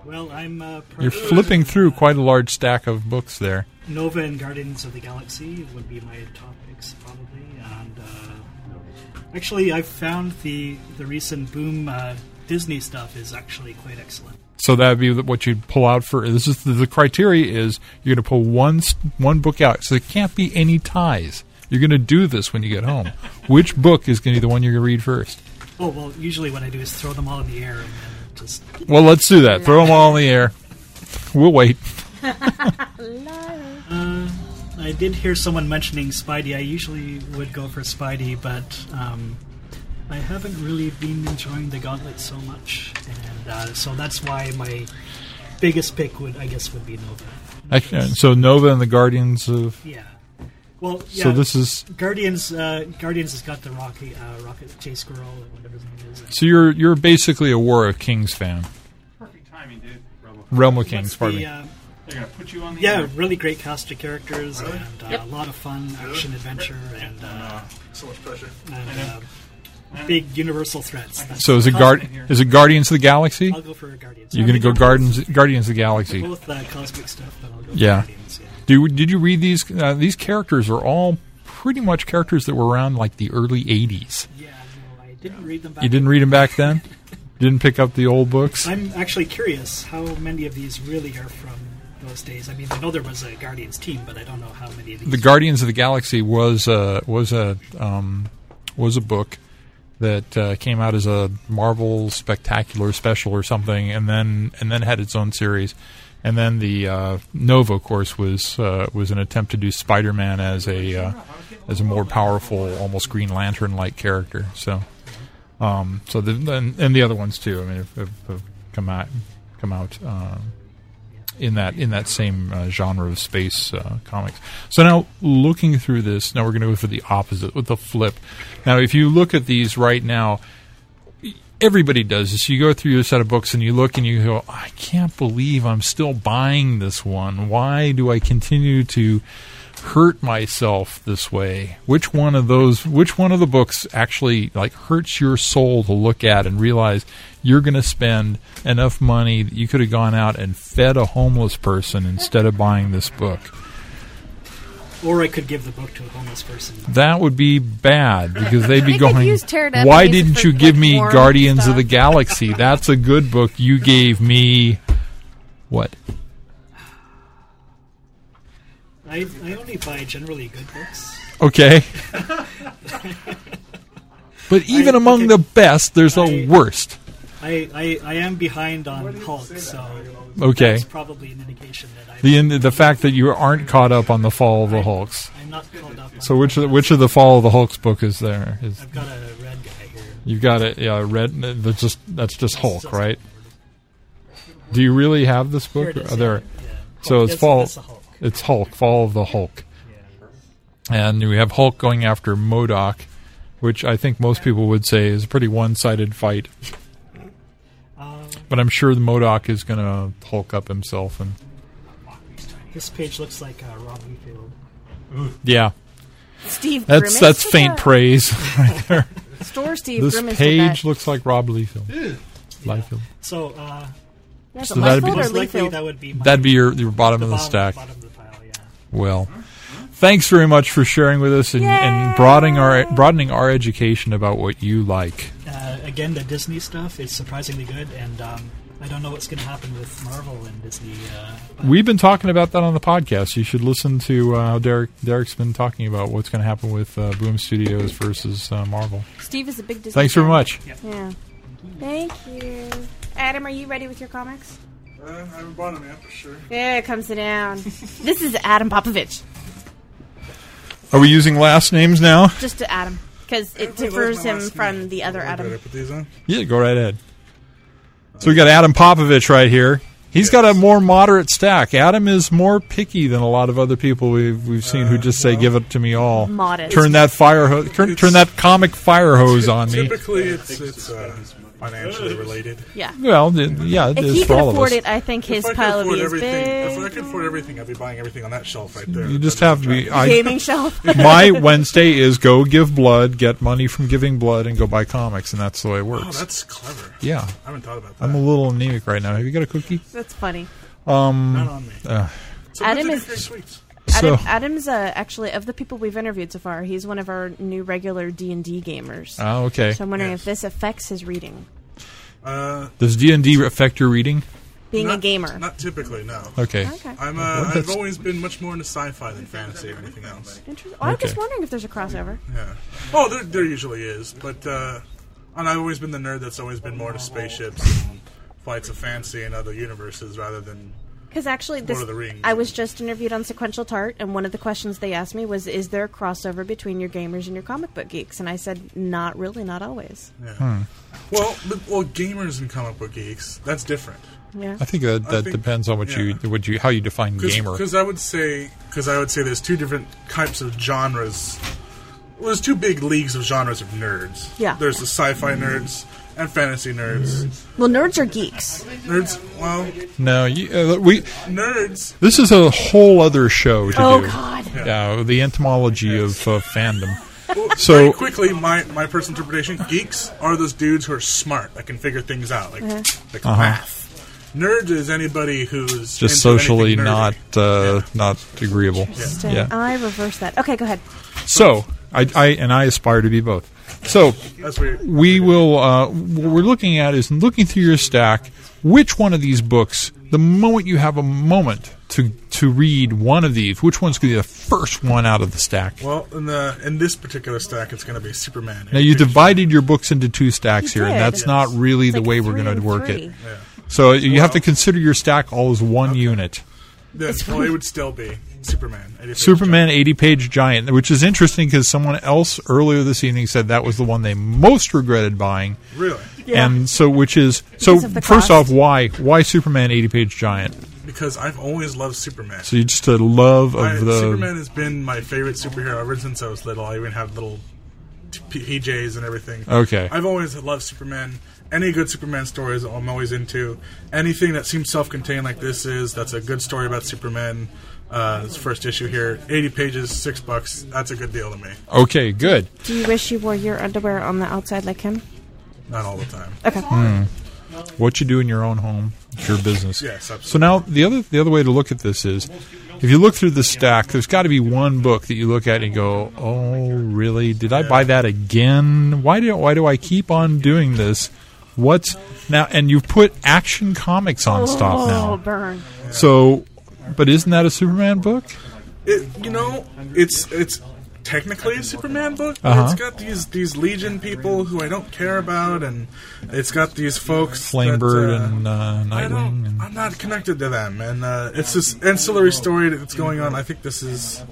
J: well, I'm uh,
C: You're
J: purchasing,
C: flipping through
J: uh,
C: quite a large stack of books there.
J: Nova and Guardians of the Galaxy would be my topics probably, and uh, actually, I found the the recent Boom uh, Disney stuff is actually quite excellent.
C: So that would be what you'd pull out for. This is the, the criteria is you're going to pull one s- one book out. So there can't be any ties. You're going to do this when you get home. Which book is going to be the one you're going to read first?
J: Oh well, usually what I do is throw them all in the air and then just
C: Well, let's do that. Throw them all in the air. We'll wait.
J: Uh, I did hear someone mentioning Spidey. I usually would go for Spidey, but um, I haven't really been enjoying the Gauntlet so much, and uh, so that's why my biggest pick would, I guess, would be Nova.
C: Actually, uh, so Nova and the Guardians of.
J: Yeah. Well, yeah.
C: So this is.
J: Guardians. Uh, Guardians has got the Rocky, uh, Rocket Chase Girl, or whatever his name is.
C: So you're you're basically a War of Kings fan.
H: Perfect timing, dude.
C: Realm of
J: What's
C: Kings, pardon
J: the,
C: me.
J: uh,
H: They're gonna put you on the
J: yeah,
H: air.
J: really great cast of characters and uh, a lot of fun action adventure and uh,
H: So much pressure.
J: and uh, big universal threats. That's-
C: So is it guard is it Guardians of the Galaxy?
J: I'll go for Guardians.
C: You're
J: I
C: going
J: mean,
C: to go
J: they're
C: Guardians Guardians of the Galaxy.
J: both uh, cosmic stuff, but I'll go
C: Yeah.
J: for Guardians. Yeah.
C: Do, did you read these? Uh, these characters are all pretty much characters that were around like the early 80s.
J: Yeah, no, I didn't read them back.
C: You didn't read them
J: (laughs)
C: back then? didn't pick up the old books?
J: I'm actually curious how many of these really are from those days. I mean, I know there was a Guardians team, but I don't know how many of these.
C: The Guardians of the Galaxy was a was a um, was a book that uh, came out as a Marvel Spectacular special or something, and then and then had its own series, and then the uh, Nova, of course, was uh, was an attempt to do Spider-Man as a uh, as a more powerful, almost Green Lantern-like character. So, um, so the and, and the other ones too. I mean, have, have, have come out come out. Um, in that in that same uh, genre of space uh, comics. So now looking through this, now we're going to go for the opposite with the flip. Now, if you look at these right now, everybody does this. You go through your set of books and you look and you go, I can't believe I'm still buying this one. Why do I continue to hurt myself this way? Which one of those which one of the books actually like hurts your soul to look at and realize you're going to spend enough money that you could have gone out and fed a homeless person instead of buying this book.
J: or I could give the book to a homeless person.
C: That would be bad because they'd be
E: They could
C: going.
E: use tear it up
C: Why
E: and use it
C: didn't
E: for,
C: you give
E: like,
C: me
E: warm
C: Guardians of
E: stuff?"
C: the Galaxy? That's a good book. You gave me what?
J: I, I only buy generally good books.
C: Okay.
J: (laughs)
H: (laughs)
C: But even
J: I-
C: among
J: okay.
C: the best, there's
J: I-
C: a worst.
J: I, I, I am behind on Hulk, so
C: Okay.
J: that's probably an indication that I,
C: The in, the fact that you aren't caught up on the Fall of the Hulks.
J: I'm not called up.
C: So which of the, which of the Fall of the Hulks book is there? Is
J: I've got a red guy here.
C: you've got it? Yeah, red. That's just that's just Hulk, right? Do you really have this book?
J: Here it is,
C: Are there-
J: yeah.
C: So
J: Hulk.
C: it's
J: It's-
C: Fall.
J: it's a Hulk.
C: It's Hulk. Fall of the Hulk. And we have Hulk going after Modoc, which I think most people would say is a pretty
J: (laughs)
C: one-sided fight.
J: Um,
C: But I'm sure the Modoc is going to Hulk up himself and
J: This page looks like uh, Robin Field.
C: yeah.
E: Steve
C: That's
E: grimaced
C: that's
E: at
C: faint
E: that.
C: praise
E: (laughs)
C: right there.
E: Store Steve
C: This
E: grimaced at
C: page
E: that.
C: looks like Rob Liefeld. Liefeld.
J: So, uh,
E: That's
C: So a that'd be-
J: most
C: Liefeld or
J: likely
E: Liefeld?
J: that would be my
C: That'd be your, your bottom of the stack.
J: Bottom of the pile, yeah.
C: Well, thanks very much for sharing with us and, and broadening our broadening our education about what you like.
J: Uh, again, the Disney stuff is surprisingly good, and um, I don't know what's going to happen with Marvel and Disney. Uh, but
C: We've been talking about that on the podcast. You should listen to uh, how Derek. Derek's been talking about what's going to happen with uh, Boom Studios versus uh, Marvel.
E: Steve is a big Disney.
C: Thanks very
E: fan.
C: much.
E: Yeah. Thank you. Adam, are you ready with your comics?
K: Uh, I haven't bought them yet, for sure.
E: Yeah, come
K: (laughs)
E: sit down. this is Adam Popovich.
C: Are we using last names now?
E: Just to Adam. Because it
K: Everybody loves
E: differs
K: my
E: him
K: last
E: from the other
K: Better
E: Adam.
K: put these on.
C: Yeah, go right ahead. So we got Adam Popovich right here. He's got a more moderate stack. Adam is more picky than a lot of other people we've we've seen
K: Uh,
C: who just say give it to me all.
E: Modest.
C: Turn that fire hose. Turn, turn that comic
K: (laughs)
C: fire hose on me.
K: Typically, it's it's uh, (laughs) financially related.
E: Yeah.
C: Well, th- yeah, it
E: If
C: is
E: he
C: for
E: could
C: all of
E: afford
C: us.
E: it, I think his
K: if I could
E: pile would
K: afford
E: be as
K: everything, if I
E: big.
K: could afford everything, I'd be buying everything on that shelf right there.
C: You just have to be. I,
E: Gaming shelf.
C: (laughs) my Wednesday is go give blood, get money from giving blood, and go buy comics, and that's the way it
K: Oh,
C: works.
K: that's clever.
C: yeah,
K: I haven't thought about that.
C: I'm a little anemic right now. Have you got a cookie?
E: That's funny.
K: Not on me.
C: Uh,
K: Sometimes
E: Adam
K: I
E: is-
K: get free sweets.
E: Adam,
C: So-
E: Adam's uh, actually of the people we've interviewed so far, he's one of our new regular D and D gamers.
C: Ah, okay.
E: So I'm wondering
K: Yes.
E: if this affects his reading,
K: Uh,
C: Does D and D affect your reading?
E: being a
K: not-
E: gamer.
K: Not typically, no.
C: Okay.
E: okay.
K: I'm.
C: What?
K: Uh, I've
C: That's-
K: always been much more into sci-fi than fantasy or anything else.
E: Interesting. Well, I'm just
C: Okay.
E: wondering if there's a crossover.
K: Yeah. Oh, there, there usually is, but uh, and I've always been the nerd that's always been more to spaceships and flights of fancy and other universes rather than.
E: Because actually, this
K: of the Rings.
E: I was just interviewed on Sequential Tart, and one of the questions they asked me was, "Is there a crossover between your gamers and your comic book geeks?" And I said, "Not really, not always."
K: Yeah. Hmm. Well, but, well, gamers and comic book geeks, that's different.
E: Yeah.
C: I think that, that
K: think-
C: depends on what you
K: yeah.
C: what you how you define gamer.
K: Because I would say, because I would say, there's two different types of genres. Well, there's two big leagues of genres of nerds.
E: Yeah.
K: There's the sci-fi nerds and fantasy nerds.
E: Well, nerds are geeks.
K: Nerds. well,
C: No, you, uh, we
K: nerds.
C: this is a whole other show to
E: Oh
C: do.
E: God.
C: Yeah, the entomology of uh, fandom.
K: Very
C: So
K: quickly, my, my personal interpretation: geeks are those dudes who are smart that can figure things out, like
E: Uh-huh.
K: like math. Nerd is anybody who's into
C: uh-huh. just socially
K: anything nerdy.
C: not uh, not agreeable.
E: So
C: Yeah.
E: I reverse that. Okay, go ahead.
C: So I, I and I aspire to be both. So
K: That's weird.
C: we will. Uh, what we're looking at is looking through your stack. Which one of these books, the moment you have a moment to to read one of these, which one's going to be the first one out of the stack?
K: Well, in the in this particular stack, it's going to be Superman.
C: Now you divided your books into two stacks
E: You
C: here, and
E: did.
C: that's
E: Yes.
C: not really the
E: Like
C: way we're
E: three
C: going to
E: and
C: work
E: three.
C: it. So you have to consider your stack all as one unit.
K: Then, well, it would still be Superman. I just-
C: Superman 80 page giant, which is interesting because someone else earlier this evening said that was the one they most regretted buying.
K: Really?
C: And so, which is so.
E: Because of the
C: First
E: cost.
C: off, why why Superman 80 page giant?
K: Because I've always loved Superman.
C: So you just a love of
K: I-
C: the
K: Superman has been my favorite superhero ever since I was little. I even have little t- P- PJs and everything.
C: Okay.
K: I've always loved Superman. Any good Superman stories I'm always into. Anything that seems self-contained like this is that's a good story about Superman. Uh, this first issue here, 80 pages, six bucks. That's a good deal to me.
C: okay, good.
E: Do you wish you wore your underwear on the outside like him?
K: Not all the time.
E: Okay.
C: Hmm. What you do in your own home, it's your business.
K: Yes, absolutely.
C: So now the other the other way to look at this is, if you look through the stack, there's got to be one book that you look at and go, "Oh, really? Did I buy that again? Why do why do I keep on doing this? What's now?" And you've put Action Comics on stop
E: oh,
C: now,
E: burn.
C: so. But isn't that a Superman book?
K: it, you know, it's it's technically a Superman book, but
C: Uh-huh.
K: it's got these these Legion people who I don't care about, and it's got these folks. that,
C: Flamebird
K: uh,
C: and uh,
K: I don't.
C: Nightwing.
K: I'm not connected to them, and uh, it's this ancillary story that's going on. I think this is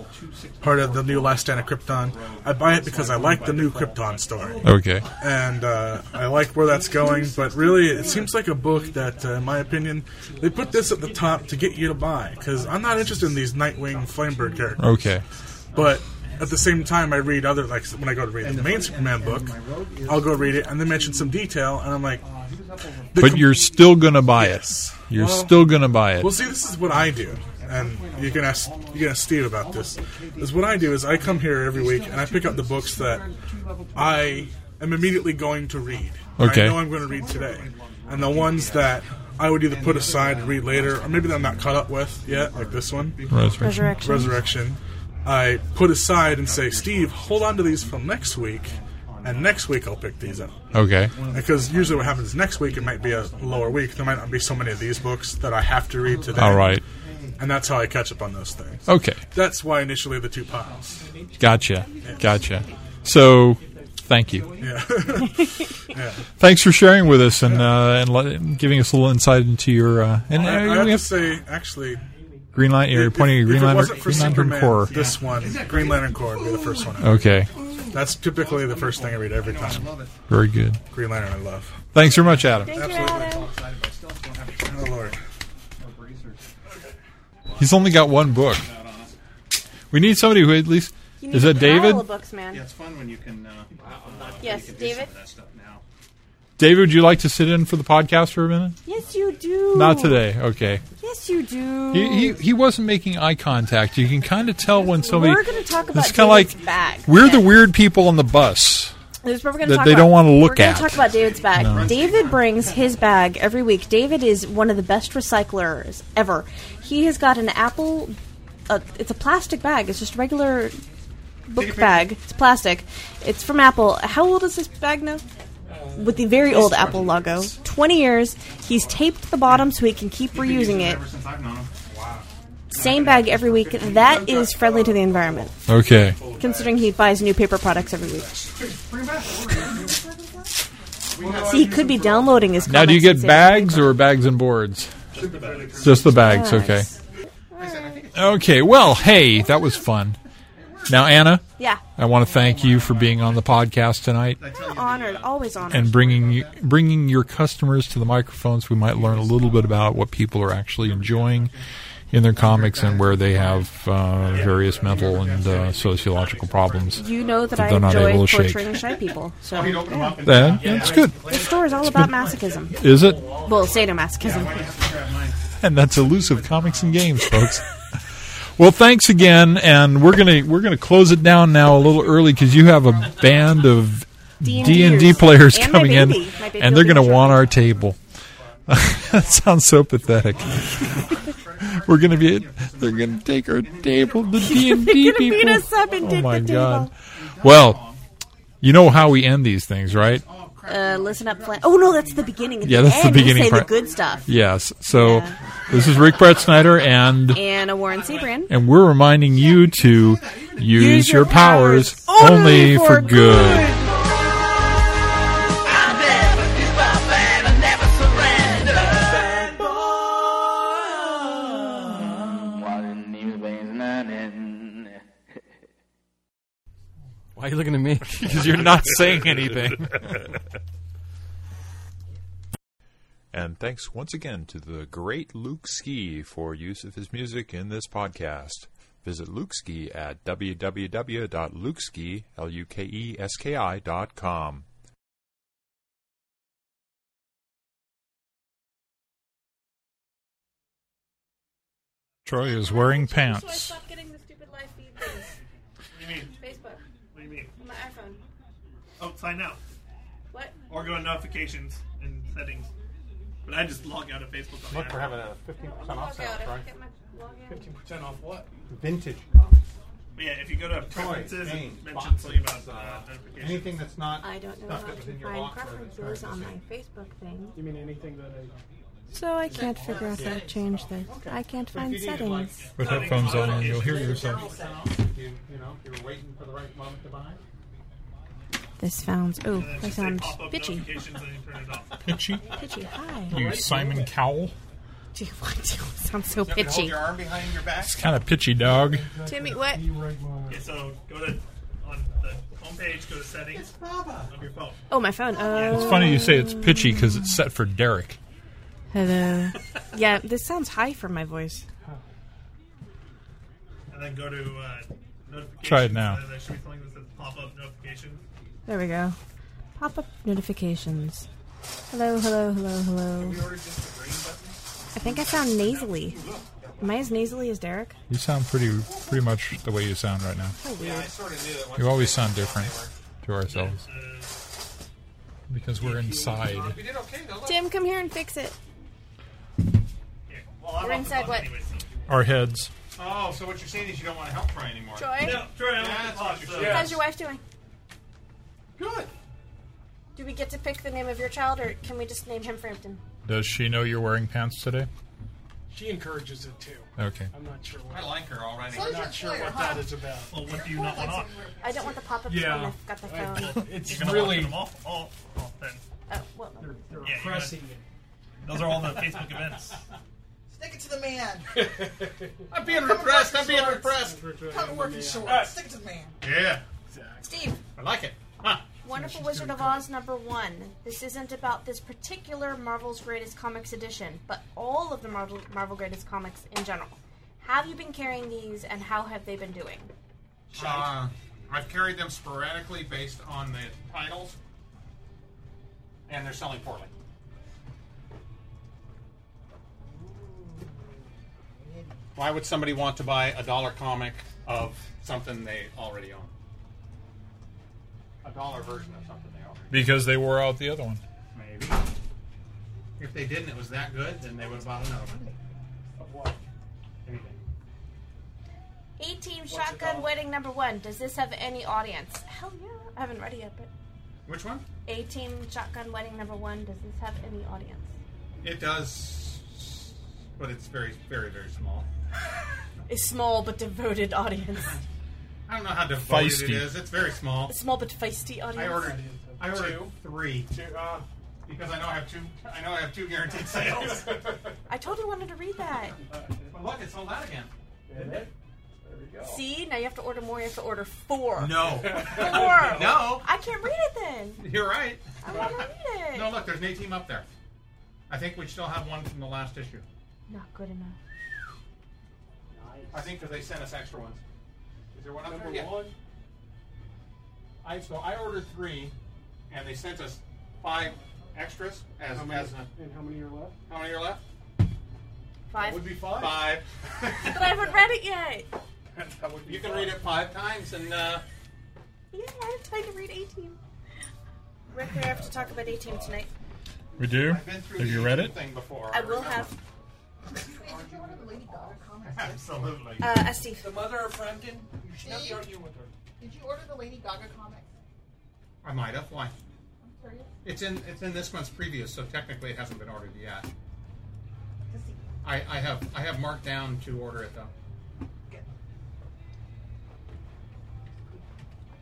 K: part of the new Last Stand of Krypton. I buy it because I like the new Krypton story.
C: Okay.
K: And uh, I like where that's going, but really, it seems like a book that, uh, in my opinion, they put this at the top to get you to buy because I'm not interested in these Nightwing Flamebird characters.
C: Okay.
K: But at the same time, I read other like when I go to read the main Superman book, I'll go read it and they mention some detail, and I'm like, the
C: But
K: com-
C: you're still gonna buy
K: Yes.
C: it. You're
K: Well-
C: still gonna buy it.
K: Well, see, this is what I do, and you can ask you can ask Steve about this. Is what I do is I come here every week and I pick up the books that I am immediately going to read.
C: Okay.
K: I know I'm going to read today, and the ones that I would either put aside and read later, or maybe that I'm not caught up with yet, like this one,
C: Resurrection. Resurrection.
K: Resurrection. I put aside and say, Steve, hold on to these for next week, and next week I'll pick these up.
C: Okay.
K: Because usually what happens next week, it might be a lower week. There might not be so many of these books that I have to read today.
C: All right.
K: And that's how I catch up on those things.
C: Okay.
K: That's why initially the two piles.
C: Gotcha. Gotcha. So, thank you.
K: Yeah. (laughs) yeah.
C: Thanks for sharing with us and uh, and let, giving us a little insight into your uh, and
K: I,
C: uh,
K: I have
C: we
K: to
C: have
K: say, actually,
C: Green Lantern. You're
K: if-
C: pointing
K: if,
C: at Green
K: if it
C: Lantern.
K: wasn't for
C: Green Lantern
K: Superman,
C: Core.
K: This one, Green Lantern Core, would be the first one. I read.
C: Okay.
K: That's typically the first thing I read every time.
C: Very good.
K: Green Lantern, I love.
C: Thanks very much, Adam.
K: Absolutely. Oh Lord.
C: He's only got one book. We need somebody who at least
E: You need
C: is
E: a
C: that David?
E: pile of books, man.
H: Yeah, it's fun when you can. Uh,
E: Yes, David.
C: David, would you like to sit in for the podcast for a minute?
E: Yes, you do.
C: Not today. Okay.
E: Yes, you do.
C: He, he, he wasn't making eye contact. You can kind of tell when somebody.
E: We're gonna talk about
C: It's kind of
E: David's
C: like
E: bag.
C: we're the weird people on the bus.
E: This is what we're gonna
C: that
E: talk
C: they
E: about.
C: don't wanna look
E: we're gonna
C: at.
E: talk about David's bag.
C: No.
E: David brings his bag every week. David is one of the best recyclers ever. He has got an apple. Uh, it's a plastic bag. It's just a regular book bag. It's plastic. It's from Apple. How old is this bag now? With the very old Apple logo. Twenty years. He's taped the bottom so he can keep reusing it.
H: Ever since I've known him.
E: Same bag every week. That is friendly to the environment,
C: Okay.
E: considering he buys new paper products every week. So he could be downloading his.
C: Now, do you
E: comics and
C: get
E: saving
C: bags or bags and boards? Just the bags. Okay. Okay. Well, hey, that was fun. Now, Anna.
E: Yeah.
C: I want to thank you for being on the podcast tonight
E: them. Honored, always honored.
C: and bringing you- bringing your customers to the microphones. We might learn a little bit about what people are actually enjoying in their comics and where they have uh, various mental and uh, sociological problems.
E: you know that
C: that
E: I
C: they're not
E: enjoy
C: able to shake.
E: torturing shy people. So
C: That- that's good.
E: This store is all about masochism.
C: Is it?
E: Well, sadomasochism.
C: and that's elusive comics and games, folks. well, thanks again, and we're gonna we're gonna close it down now a little early because you have a band of
B: D&Ders.
C: D and D players
B: And my
C: coming in,
B: baby. My baby
C: and
B: will
C: they're
B: be
C: gonna
B: in
C: want our table. (laughs) that sounds
B: (laughs)
C: so pathetic. we're gonna be they're gonna take our (laughs) table. The D and D
B: gonna beat
C: people.
B: us up and
C: oh
B: take
C: my
B: the
C: god! Well, you know how we end these things, right?
E: Uh, listen up, Flynn. Oh no, that's the beginning. At
C: Yeah,
E: the
C: that's the
E: end, we
C: beginning
E: say
C: part.
E: The good stuff.
C: Yes. So this is Rick Brett Snyder and
E: And a Warren Sebrin.
C: and we're reminding you to use, your, powers, only for, good.
L: Why are you looking at me?
C: (laughs) 'Cause you're not
D: (laughs)
C: saying anything. And thanks once again to the great Luke Ski for use of his music in this podcast. Visit Luke Ski at www.lukeski, E L-U-K-E-S-K-I dot com. Troy is wearing pants.
E: getting the stupid live feed
J: do you mean?
E: Facebook.
J: What do you mean?
E: My iPhone.
J: Oh, sign out.
E: What?
J: Or go to notifications and settings. But I just log out of Facebook. On
L: Look,
J: the
L: we're
J: iPhone.
L: having a 15% off sale, right?
J: 15% off what?
L: Vintage.
J: But yeah, if you go to
L: Toy,
J: preferences
L: name,
J: and mention something about uh, notifications.
L: Anything that's not
E: I don't know
L: stuff
E: how
L: that was
E: to
L: in your
E: find
L: locker.
E: preferences on my Facebook thing.
G: You mean anything that I
E: So I can't figure out how to change this. I can't find settings.
C: With headphones on, and you'll hear yourself.
H: You, you know, you're waiting for the right moment to buy.
E: This sounds. Oh, I sound bitchy.
C: Pitchy?
E: Pitchy. Hi.
C: You Simon Cowell.
E: Do you want to? Sounds so
H: Somebody hold
E: pitchy.
H: your arm behind your back.
C: It's kind of pitchy, dog.
E: Timmy, what?
M: Okay, so go to on the homepage, go to settings on your phone.
E: Oh, my phone. Oh.
C: It's funny you say it's pitchy because it's set for Derek.
E: Hello. Uh, yeah, this sounds high for my voice.
M: And then go to uh, notifications.
C: Try it now.
M: and there should be something that says pop up notifications.
E: There we go. Pop up notifications. Hello, hello, hello, hello. I think I sound nasally. Am I as nasally as Derek?
C: You sound pretty pretty much the way you sound right now.
E: How weird.
C: You always sound different to ourselves because we're inside.
E: Tim, come here and fix it. We're inside what?
C: Our heads.
H: Oh, so what you're saying is you don't want to help Troy anymore.
E: Troy? No,
M: Troy, I don't want to
H: That's what you're
M: talk,
H: saying.
M: so-
E: How's your wife doing?
H: Good.
E: Do we get to pick the name of your child, or can we just name him Frampton?
C: Does she know you're wearing pants today?
G: She encourages it too.
C: Okay.
G: I'm not sure. What,
H: I like her already.
G: I'm not sure what that is about.
M: Well, what do you not want on?
E: I don't want the pop-ups
M: Yeah.
E: when I've got the
M: Right,
E: phone.
M: well, (laughs) it's You're gonna really- lock them off- off- off then.
E: Oh, well,
M: Yeah, you gotta- Those are all the Facebook events.
H: Stick it to the man.
F: I'm being
H: Come to
F: repressed. I'm
H: working
F: being
H: shorts.
F: repressed.
H: Come to work in shorts. Stick it to the man. Yeah.
E: Steve,
H: I like it.
E: Wonderful Wizard of Oz number one. This isn't about this particular Marvel's Greatest Comics edition, but all of the Marvel, Marvel Greatest Comics in general. Have you been carrying these, and how have they been doing?
H: Uh, I've carried them sporadically based on the titles, and they're selling poorly. Why would somebody want to buy a dollar comic of something they already own? A dollar version of something they own.
C: Because they wore out the other one.
H: Maybe. If they didn't, it was that good, then they would have bought another one. Of what? Anything.
E: 18 Shotgun Wedding number one. Does this have any audience? Hell yeah. I haven't read it yet, but.
H: Which one?
E: 18 Shotgun Wedding number one. Does this have any audience?
H: It does, but it's very, very, very small.
E: A small but devoted audience.
H: (laughs) I don't know how devoted
C: Feisty.
H: it is. It's very small.
E: A small but feisty audience.
H: I ordered. I ordered three. Two, uh, because I know I have two. I know I have two guaranteed sales. (laughs)
E: I totally wanted to read that.
H: but look, it's sold out again.
E: See, now you have to order more. You have to order four.
H: No.
E: Four.
H: (laughs) No.
E: I can't read it then.
H: You're right.
E: I want to read it.
H: No, look, there's an 18 up there. I think we still have one from the last issue.
E: Not good enough.
H: I think because they sent us extra ones. Is there one up
F: Number
H: there? Yeah.
F: one.
H: I so I ordered three, and they sent us five extras as
F: How many-
H: as a,
F: and how many are left?
H: How many are left?
E: Five.
F: would be five.
H: Five.
E: But I haven't read it yet.
H: you can read it five times, and uh,
E: Yeah, I have time to read 18. Rick, we have to talk about 18 tonight.
C: We do?
H: been through
C: Have
H: the
C: you read it?
E: (laughs)
H: thing before.
E: I will have.
H: Absolutely.
E: Uh, uh, Steve.
F: The mother of Frampton. You should not be
N: Steve.
F: arguing with her.
N: Did you order the Lady Gaga comic?
H: I might have. Why?
N: I'm curious.
H: It's in it's in this month's preview, so technically it hasn't been ordered yet. I, I have I have marked down to order it though.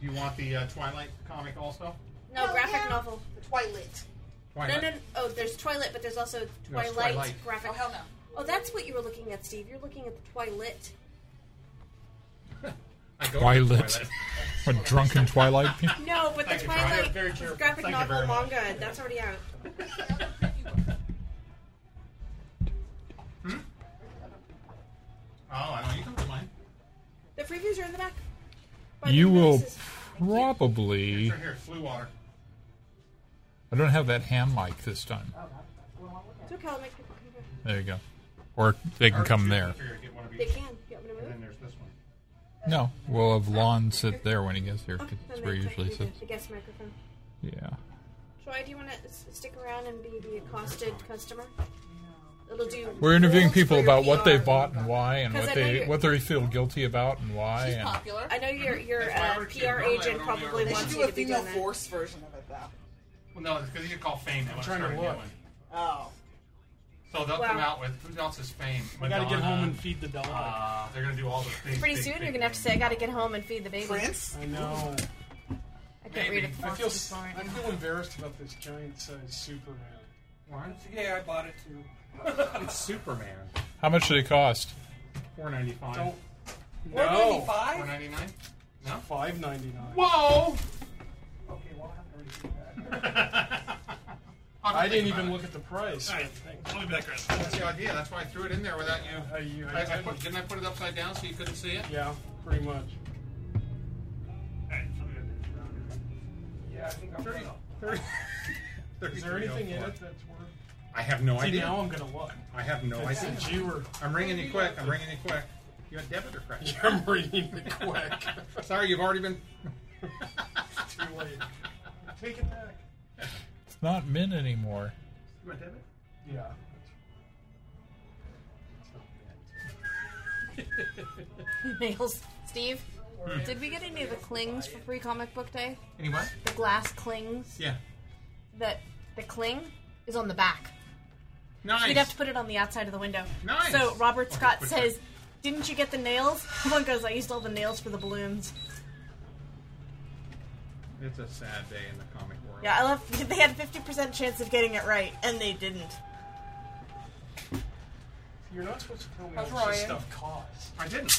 H: Do you want the uh, Twilight comic also?
E: No, graphic novel.
N: The Twilight.
E: No,
H: Twilight.
E: no, no. Oh, there's Twilight, but there's also
H: No, it's
E: Twilight,
H: Twilight.
E: graphic.
N: Oh, hell no.
E: Oh, that's what you were looking at, Steve. You're looking at the
H: (laughs)
E: Twilight.
H: I go to
C: Twilight.
H: Twilight.
C: What, drunken Twilight?
E: No, but the
H: Thank you, Brian.
E: Twilight
H: Very careful.
E: graphic
H: Thank you
E: novel
H: very much.
E: manga, that's already
C: (laughs)
E: out.
H: Oh, I know you can read mine.
E: The previews are in the back.
C: You will probably.
H: Right here, flu water.
C: I don't have that hand mic this time.
E: It's okay, Oh, I'll make people come
C: There you go. Or they can come there.
H: Here, get one of
E: here.
H: each.
E: They can. You want me to move?
H: And then there's this one.
C: No, we'll have Lon sit there when he gets here. 'cause
E: Okay,
C: That's
E: Oh, then
C: where he
E: that's
C: usually
E: right.
C: sits.
E: The guest microphone.
C: Yeah.
E: Troy, do you want to stick around and be the accosted customer? It'll do.
C: We're interviewing
E: rules
C: people
E: for your
C: about what
E: PR.
C: they bought and why, and
E: 'Cause
C: what
E: I know
C: they
E: you're-
C: what they feel guilty about and why. and
E: I know your your uh, PR agent probably
N: They should
E: wants
N: do
E: you
N: a
E: to be
N: female
E: doing that.
N: force version of it, though.
H: Well, no, because you could call fame. I'm
N: trying to look. Oh.
H: So they'll come
E: Wow.
H: out with who else is famed?
G: I gotta get
H: Madonna.
G: home and feed the dog.
H: Uh, they're gonna do all the things.
E: Pretty soon you're gonna have to say, "I got to get home and feed the baby."
H: Prince?
G: I know.
E: I can't read it.
G: I feel, s- I feel embarrassed about this giant sized Superman.
H: What?
M: Yeah, I bought it too.
H: (laughs) it's Superman.
C: How much did it cost?
H: Four ninety five.
G: Don't-
H: No.
G: No.
H: Four ninety nine. No.
G: Five ninety nine.
H: Whoa!
G: Okay, well, I have to
H: I'll
G: I didn't
H: think about
G: even
H: it.
G: look at the price.
H: All right,
G: I'll be back
H: That's the idea. That's why I threw it in there without you.
G: you-
H: I, I
G: I-
H: put, didn't I put it upside down so you couldn't see it?
G: Yeah, pretty much.
M: Yeah, I think I'm gonna-
H: (laughs)
G: Is there anything in it that's worth?
H: oh I have no
G: See,
H: idea.
G: Now I'm gonna look.
H: I have no
G: That's
H: idea.
G: a Jewer.
H: I'm ringing you quick. I'm ringing you quick. You had debit or credit?
G: (laughs) I'm ringing you quick.
H: Sorry, you've
G: (laughs)
H: already been.
G: Too late. Take it back.
C: It's not mint anymore.
H: You want debit?
G: Yeah.
H: (laughs)
E: Nails. Steve,
H: Hmm.
E: did we get any of the clings for free comic book day?
H: Any what?
E: The glass clings.
H: Yeah.
E: That the cling is on the back. So
H: Nice.
E: you'd have to put it on the outside of the window.
H: Nice.
E: So Robert Scott
H: put
E: says, "Didn't you get the nails?" (laughs) One goes, "I used all the nails for the balloons."
H: It's a sad day in the comic world.
E: Yeah, I love. (laughs) They had fifty percent chance of getting it right, and they didn't.
G: You're not supposed to tell me
M: How's
G: how much this
M: Ryan?
G: stuff costs.
H: I didn't.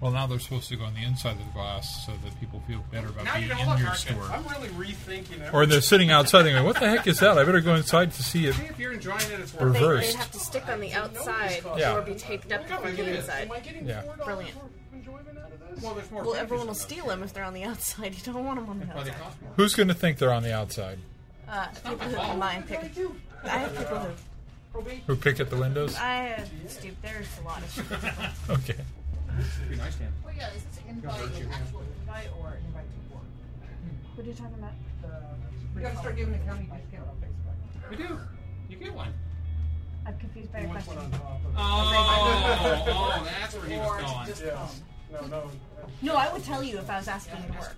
C: Well, now they're supposed to go on the inside of the glass so that people feel better about
H: Now
C: being
H: you
C: in
H: don't look,
C: your
H: aren't you?
C: store.
H: I'm really rethinking it.
C: Or they're sitting outside thinking, what the heck is that? I better go inside to see it.
H: See if you're enjoying it. It's
E: They,
H: worth it.
E: they'd
C: Reversed.
E: have to stick on the outside
C: Yeah.
E: or be taped up from the inside.
C: Yeah. (laughs)
E: Brilliant.
H: Well, there's more
E: Well,
H: pages
E: everyone will
H: in those.
E: steal them if they're on the outside. (laughs) You don't want them on the
H: Well, they
E: outside.
H: cost more.
C: Who's going to think they're on the outside?
E: Uh, people who are mine pick. I have people who.
C: Who pick at the windows?
E: I, Steve, there's a lot of shit.
H: (laughs)
C: Okay.
H: It'd be nice to have.
I: Well, yeah, is this invite,
H: hurt you.
I: an actual invite or invite to work?
E: What are you talking about?
I: We gotta start giving the county discount on Facebook.
H: We do. You get one.
E: I'm confused by your question.
I: (laughs)
H: Oh, oh, that's where he was going.
G: Yes. No, no.
E: No, I would tell you if I was asking you to work.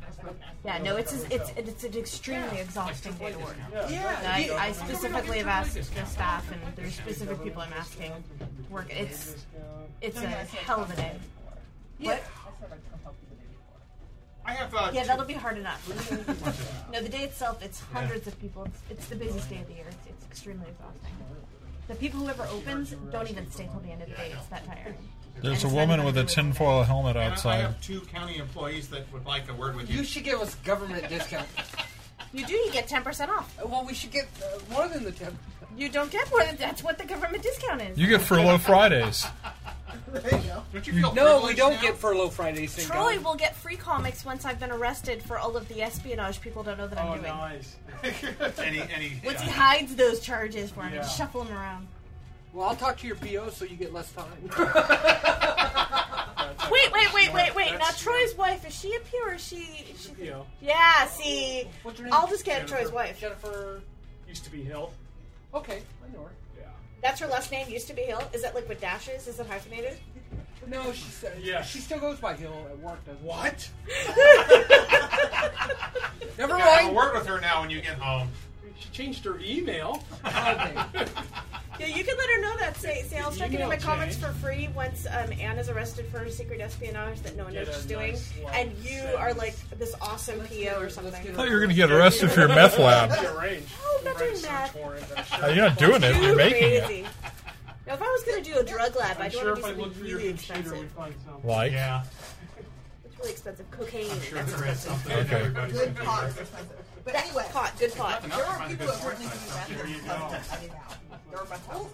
E: Yeah, no, it's it's it's an extremely exhausting day to work.
M: Yeah.
E: I,
M: Yeah.
E: I specifically have asked the staff, and there's specific people I'm asking to work. It's it's a hell of a day. What?
H: I have. Uh,
E: Yeah,
H: two-
E: that'll be
M: (laughs)
E: hard enough. no, the day itself, it's hundreds of people. It's, it's the busiest day of the year. It's, it's extremely exhausting. The people whoever opens don't even stay till the end of the day. It's that tiring.
C: There's a woman with a tinfoil helmet
H: And I- I
C: outside.
H: have two county employees that would like a word with you.
M: You should give us government discount.
E: You do. You get ten percent off.
M: Well, we should get uh, more than the ten.
E: You don't get more. than- That's what the government discount is.
C: You get
M: (laughs)
C: furlough Fridays.
H: Don't you feel
M: No, we
H: privileged
M: don't
H: now?
M: get furlough Fridays. Thank
E: Troy
M: God.
E: will get free comics once I've been arrested for all of the espionage people don't know that I'm
G: Oh,
E: doing.
G: nice.
H: (laughs) Any, any.
E: Once he hides those charges for me,
M: Yeah.
E: shuffle them around.
M: Well, I'll talk to your PO so you get less time.
E: Wait, wait, wait, wait, wait. Now,
M: That's-
E: Troy's wife, is she a peer or is she. is she
G: You know,
E: yeah, see.
M: What's her name?
E: I'll just get
M: Jennifer.
E: Troy's wife.
M: Jennifer.
G: (laughs) used to be Hill.
M: Okay, I know her.
E: That's her last name, used to be Hill. Is it like with dashes? Is it hyphenated?
M: No, she's uh,
G: Yeah.
M: She still goes by Hill at work. Doesn't
H: What?
M: Never
H: You gotta have a
M: mind.
H: word with her now when you get home.
G: She changed her email.
E: Yeah, you can let her know that. Say, say I'll start getting my
G: Email
E: comics for
G: chain.
E: free once um, Anna's arrested for secret espionage that no one knows
G: Get a
E: she's doing.
G: nice, like,
E: and you are like this awesome PO or something.
C: I thought you were going to get arrested for your meth lab.
G: Rearrange.
E: Oh, I'm not doing that.
C: Uh, You're not doing it. You're making it.
E: Crazy. Now, if I was going to do a drug lab,
G: I'm
E: I'd
G: sure
E: want
G: if
E: to
G: I
E: do
G: look
E: something
G: through your
E: really
G: computer, we'd
E: expensive.
G: find something.
C: Like?
H: Yeah.
E: It's really expensive. Cocaine.
H: I'm sure
E: that's
H: there is
E: expensive.
H: something. in
C: Okay.
H: everybody's
I: Good
H: computer.
I: pot, it's expensive. But anyway,
E: Pot, good pot.
I: there are
H: Find a
I: people
H: good
I: that
H: source
I: certainly do
H: myself. There you
I: that.
H: go.
I: that's I mean, now. There are much else.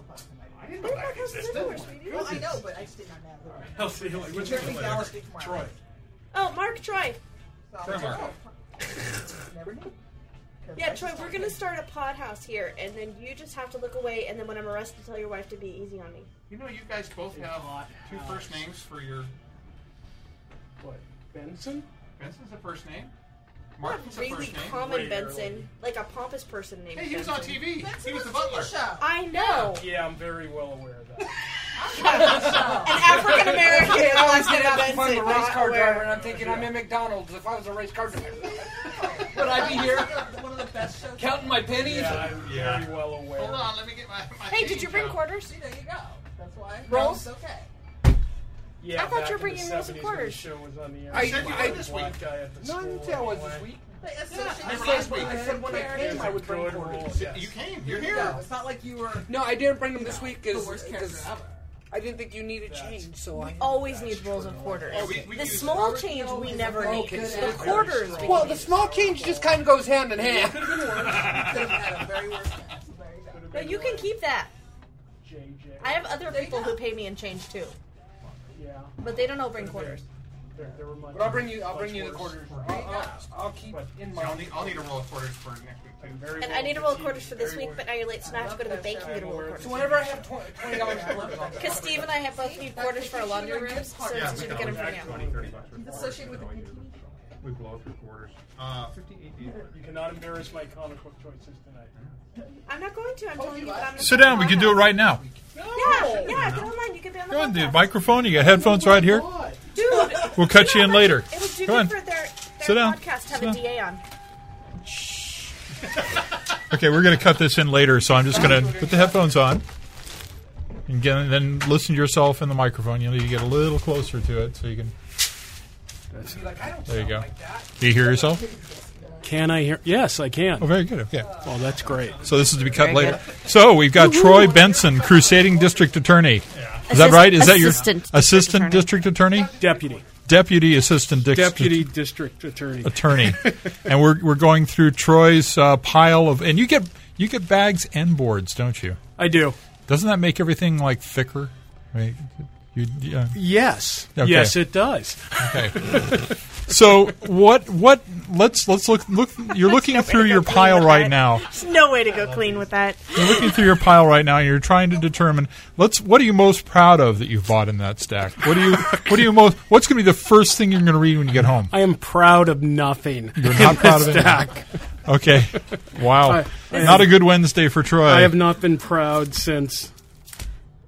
H: I didn't know that existed.
I: Well, I know, but I just did not know.
G: I'll see you later.
I: It's very realistic tomorrow.
G: Troy.
E: Oh, Mark, Troy.
I: So,
H: Sure, Mark.
I: Never knew. 'Cause I
E: Yeah,
I: just
E: Troy, we're
I: started
E: going to start a pod house here, and then you just have to look away, and then when I'm arrested, tell your wife to be easy on me.
H: You know, you guys both have two first names for your.
G: What? Benson?
H: Benson's a first name.
E: Not
H: Martin's a
E: really
H: first name.
E: common
G: Way
E: Benson, like a pompous person named
H: Hey, he was on
E: Benson.
H: TV.
I: That's
H: He was the
I: another
H: butler.
I: show.
E: I know.
G: Yeah, I'm very well aware of that.
N: An (laughs)
O: African American
F: Okay, I always
O: wants to
F: get asked if
O: Benson,
F: I'm a race
O: not
F: car
O: where-
F: driver, and I'm thinking I'm in McDonald's. If I was a race car driver, would
N: (laughs)
F: I be here?
N: One of the best shows.
F: Counting my pennies?
N: Yeah, I'm
F: very well aware.
N: Hold on, let me get my. my
O: Hey, did you bring
N: change out.
O: quarters?
N: See, there you go. That's why.
O: Rolls?
N: It's okay.
G: Yeah,
O: I thought
G: back
O: you were
G: in the
O: bringing rolls
G: 70s
O: and
G: when the
O: quarters.
G: show was on the air.
F: I,
G: said you
F: I,
G: did this week. Guy at the
F: No, I didn't say I was this week.
N: They
F: Yeah,
N: associate
F: I
N: with
F: said,
N: black
F: I
N: people.
F: said when I came, I would bring quarters.
N: You
F: came.
N: You're here. No, it's not like you were.
F: No, I didn't bring them this week
N: The
F: because
N: worst character ever.
F: I didn't think you needed change, so I.
O: Always need rolls and quarters.
H: Oh,
O: the small change we never need. The Oh, quarters. we
F: Well, the
O: need.
F: small change just kind of goes hand in hand.
O: (laughs) No, you can keep that. I have other people who pay me in change too,
G: Yeah.
O: but they don't all bring quarters.
G: There, there were much,
F: But I'll bring you. I'll
G: much
F: bring you the
G: worse.
F: quarters. I'll, I'll, I'll keep in
H: I'll
F: mind.
H: need, I'll need a roll of quarters for next week. too.
O: And I need to roll quarters for this week, but now you're late, so now I have to go to the bank and get a roll
F: So
O: quarters.
F: whenever I have twenty twenty dollars quarters, I'll
O: Because Steve and I have both need quarters for our laundry rooms, so
H: Yeah,
O: it's easy
H: we
O: to
H: can
O: get them
H: always
O: from
F: Oh,
H: add 20,
O: you.
H: 30 bucks worth of quarters.
N: Associate with the PTE.
H: We blow through quarters. Uh, 58 days.
G: You cannot embarrass my comic book choices tonight.
O: I'm not going to. I'm telling you that I'm.
C: Sit down. We can do it right now.
F: Oh.
O: Yeah, yeah. Get online. You can be on the
C: Go on,
O: podcast.
C: dude. Microphone. You got headphones right here.
O: Dude,
C: We'll cut you in later.
O: it would do
C: Go on.
O: good for their,
C: Sit
O: their
C: down.
O: podcast. Have
C: Sit
O: a
C: down.
O: DA on.
C: Okay, we're going to cut this in later, so I'm just going to put the headphones on and get, then listen to yourself in the microphone. You'll need to get a little closer to it so you can. There you go. Do you hear yourself?
G: Can I hear? Yes, I can. Oh,
C: very good. Okay.
G: Oh, that's great.
C: So this is to be cut later. So we've got Troy Benson, Crusading District Attorney. Is that
G: Assist-
C: right? Is that your
G: Assistant District
C: assistant district attorney?
G: Deputy.
C: Deputy assistant district
G: Deputy District Attorney.
C: attorney, and we're we're going through Troy's uh, pile of, and you get you get bags and boards, don't you?
G: I do.
C: Doesn't that make everything like thicker? Right? You, yeah.
G: Yes.
C: Okay.
G: Yes, it does.
C: Okay. so what what let's let's look look. You're looking through your pile right now.
E: There's no way to go clean with that.
C: You're looking through your pile right now. and You're trying to determine let's what are you most proud of that you've bought in that stack. What do you what do you most what's going to be the first thing you're going to read when you get home?
G: (laughs) I am proud of nothing.
C: You're not
G: in
C: proud
G: this
C: of it.
G: stack.
C: Okay. Wow.
G: I-
C: not a good Wednesday for Troy.
G: I have not been proud since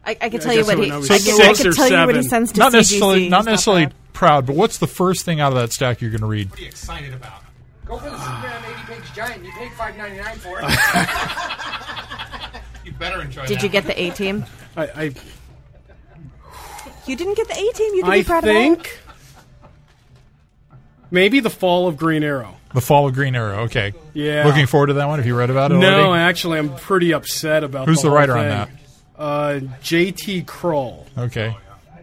E: I, I can
G: I
E: tell you
G: guess
E: what
G: when
E: he.
G: I
E: I
G: was
E: can, I
G: six
E: can
G: or
E: tell you what he
G: seven.
E: sends to
C: not
E: CGC.
C: necessarily not
E: He's
C: necessarily
E: proud.
C: proud. but what's the first thing out of that stack you're going to read?
H: What are you excited about?
F: Go for the Superman 80 page giant. You paid five ninety nine for it. (laughs)
H: You better enjoy
E: Did
H: that.
E: you get the A team?
G: I, I,
E: You didn't get the A team. You can
G: I
E: be proud of that.
G: think maybe the fall of Green Arrow.
C: The Fall of Green Arrow. Okay.
G: Yeah.
C: Looking forward to that one. Have you read about it
G: no,
C: already?
G: actually, I'm pretty upset about.
C: Who's the
G: whole
C: writer on
G: thing.
C: that?
G: Uh, J.T. Kroll.
C: Okay.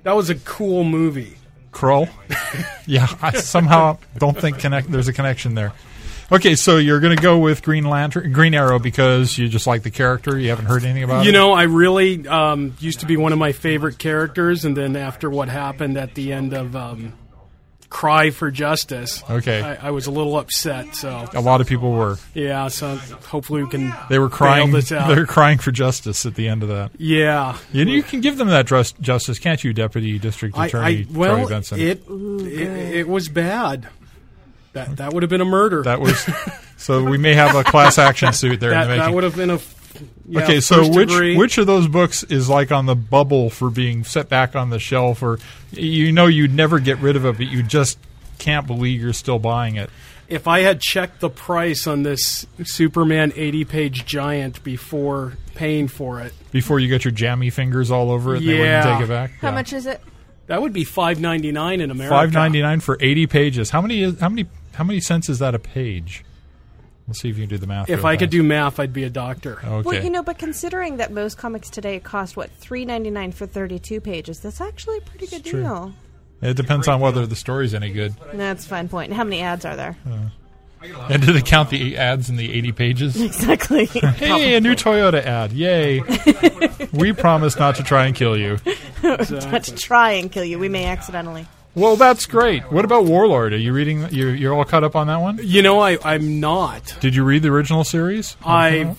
G: That was a cool movie.
C: Kroll. (laughs) yeah, I somehow don't think connect. There's a connection there. Okay, so you're going to go with Green Lantern, Green Arrow, because you just like the character. You haven't heard anything about
G: You
C: it.
G: know, I really um, used to be one of my favorite characters, and then after what happened at the end of um, Cry for Justice,
C: Okay.
G: I, I was a little upset. So
C: a lot of people were.
G: yeah, so hopefully we can.
C: They were crying.
G: bail
C: (laughs)
G: this out.
C: They were crying for justice at the end of that.
G: Yeah.
C: You, you can give them that dress, justice, can't you, Deputy District
G: I, I,
C: Attorney
G: well,
C: Troy Benson?
G: It, it it was bad. That that would have been a murder.
C: that was (laughs) so we may have a class action suit there
G: that,
C: in the making.
G: that would have been a. f- yeah,
C: okay, so
G: first
C: which
G: degree.
C: which of those books is like on the bubble for being set back on the shelf, or you know you'd never get rid of it, but you just can't believe you're still buying it?
G: If I had checked the price on this Superman 80 page giant before paying for it,
C: Before you get your jammy fingers all over it, and they wouldn't
G: Yeah.
C: take it back.
E: How much is it?
G: that would be 5.99 in America.
C: Five ninety nine for eighty pages. How many? Is, how many? How many cents is that a page? We'll see if you can do the math.
G: If
C: real
G: I could
C: fast.
G: do math, I'd be a doctor.
C: Okay.
E: Well, you know, but considering that most comics today cost what three ninety nine for thirty two pages, that's actually a pretty good
C: true.
E: deal.
C: It depends on whether the story's any good. Uh,
E: That's a fine point. How many ads are there? (laughs)
C: And did it count the ads in the 80
E: (laughs)
C: pages?
E: Exactly.
C: hey, a new Toyota ad. Yay. we promise not to try and kill you.
E: (laughs) Not to try and kill you. We may accidentally.
C: Well, that's great. What about Warlord? Are you reading? You're, you're all caught up on that one?
G: You know, I, I'm not.
C: Did you read the original series?
G: I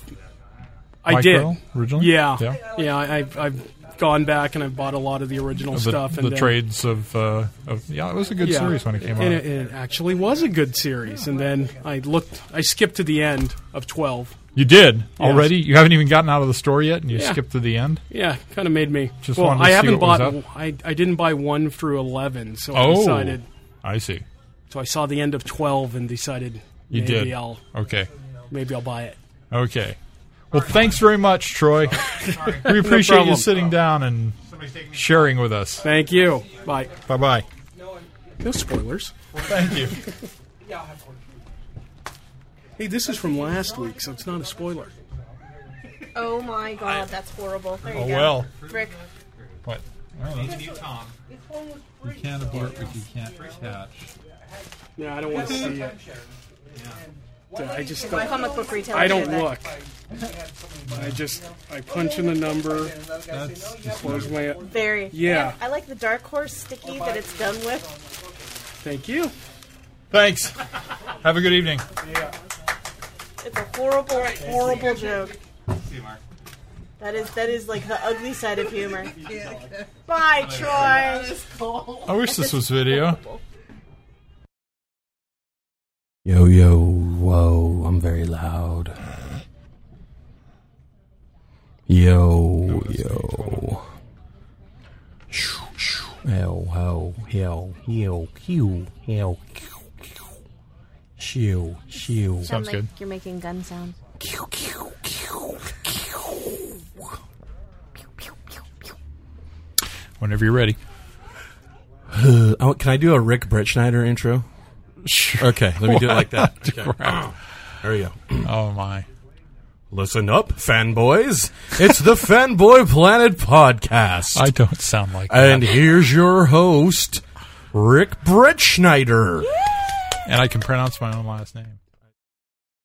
G: I
C: Mike
G: did
C: Rowe, originally?
G: Yeah,
C: Yeah.
G: yeah. I, I've gone back and I've bought a lot of the original
C: The,
G: stuff. And
C: the
G: then-
C: trades of, uh, of yeah, it was a good
G: Yeah.
C: series when it came
G: And
C: out.
G: It, it actually was a good series. And then I looked, I skipped to the end of twelve.
C: you did
G: Yes.
C: already. You haven't even gotten out of the store yet, and you
G: Yeah.
C: skipped to the end.
G: Yeah, kind of made me.
C: Just
G: well,
C: wanted to
G: I
C: see
G: haven't
C: what was
G: bought. I I didn't buy one through eleven, so I
C: Oh.
G: decided.
C: I see.
G: So I saw the end of twelve and decided
C: You
G: maybe
C: did.
G: I'll
C: Okay.
G: maybe I'll buy it.
C: Okay. Well, thanks very
G: (laughs)
C: much, Troy.
G: No
C: we appreciate you
G: problem.
C: sitting down and sharing with us.
G: Thank you. Bye.
C: Bye bye.
G: No spoilers.
C: Thank you.
G: Hey, this is from last week, so it's not a spoiler.
E: Oh my god, that's horrible. There you
G: Oh,
E: go.
G: well.
E: Rick.
C: What? You can't abort, but you can't attach.
G: Yeah, I don't want to see it. Dude, I just don't.
E: Comic book retailer
G: I don't
E: did that.
G: look. I just I punch in the number. close my. e-,
E: Very.
G: Yeah.
E: And I like the Dark Horse sticky that it's done with.
G: Thank you.
C: Thanks. Have a good evening.
E: It's a horrible, horrible joke.
H: See you, Mark.
E: That is that is like the ugly side of humor.
H: (laughs)
E: Bye, Troy.
G: Oh,
C: I wish this was video.
P: Yo, yo, whoa, I'm very loud. Yo, yo. Shoo, shoo. Hell, hell, hell, hell, q, hell, q, q. Shoo, shoo.
E: Sound like You're making gun sounds.
C: Whenever you're ready.
P: (sighs) oh, can I do a Rick Brett Schneider intro? Sure. Okay, let me do it like that.
C: What?
P: Okay. There we go.
C: Oh, my.
P: Listen up, fanboys. It's the Fanboy Planet podcast.
C: I don't sound like that.
P: And here's your host, Rick Brett Schneider.
C: And I can pronounce my own last name.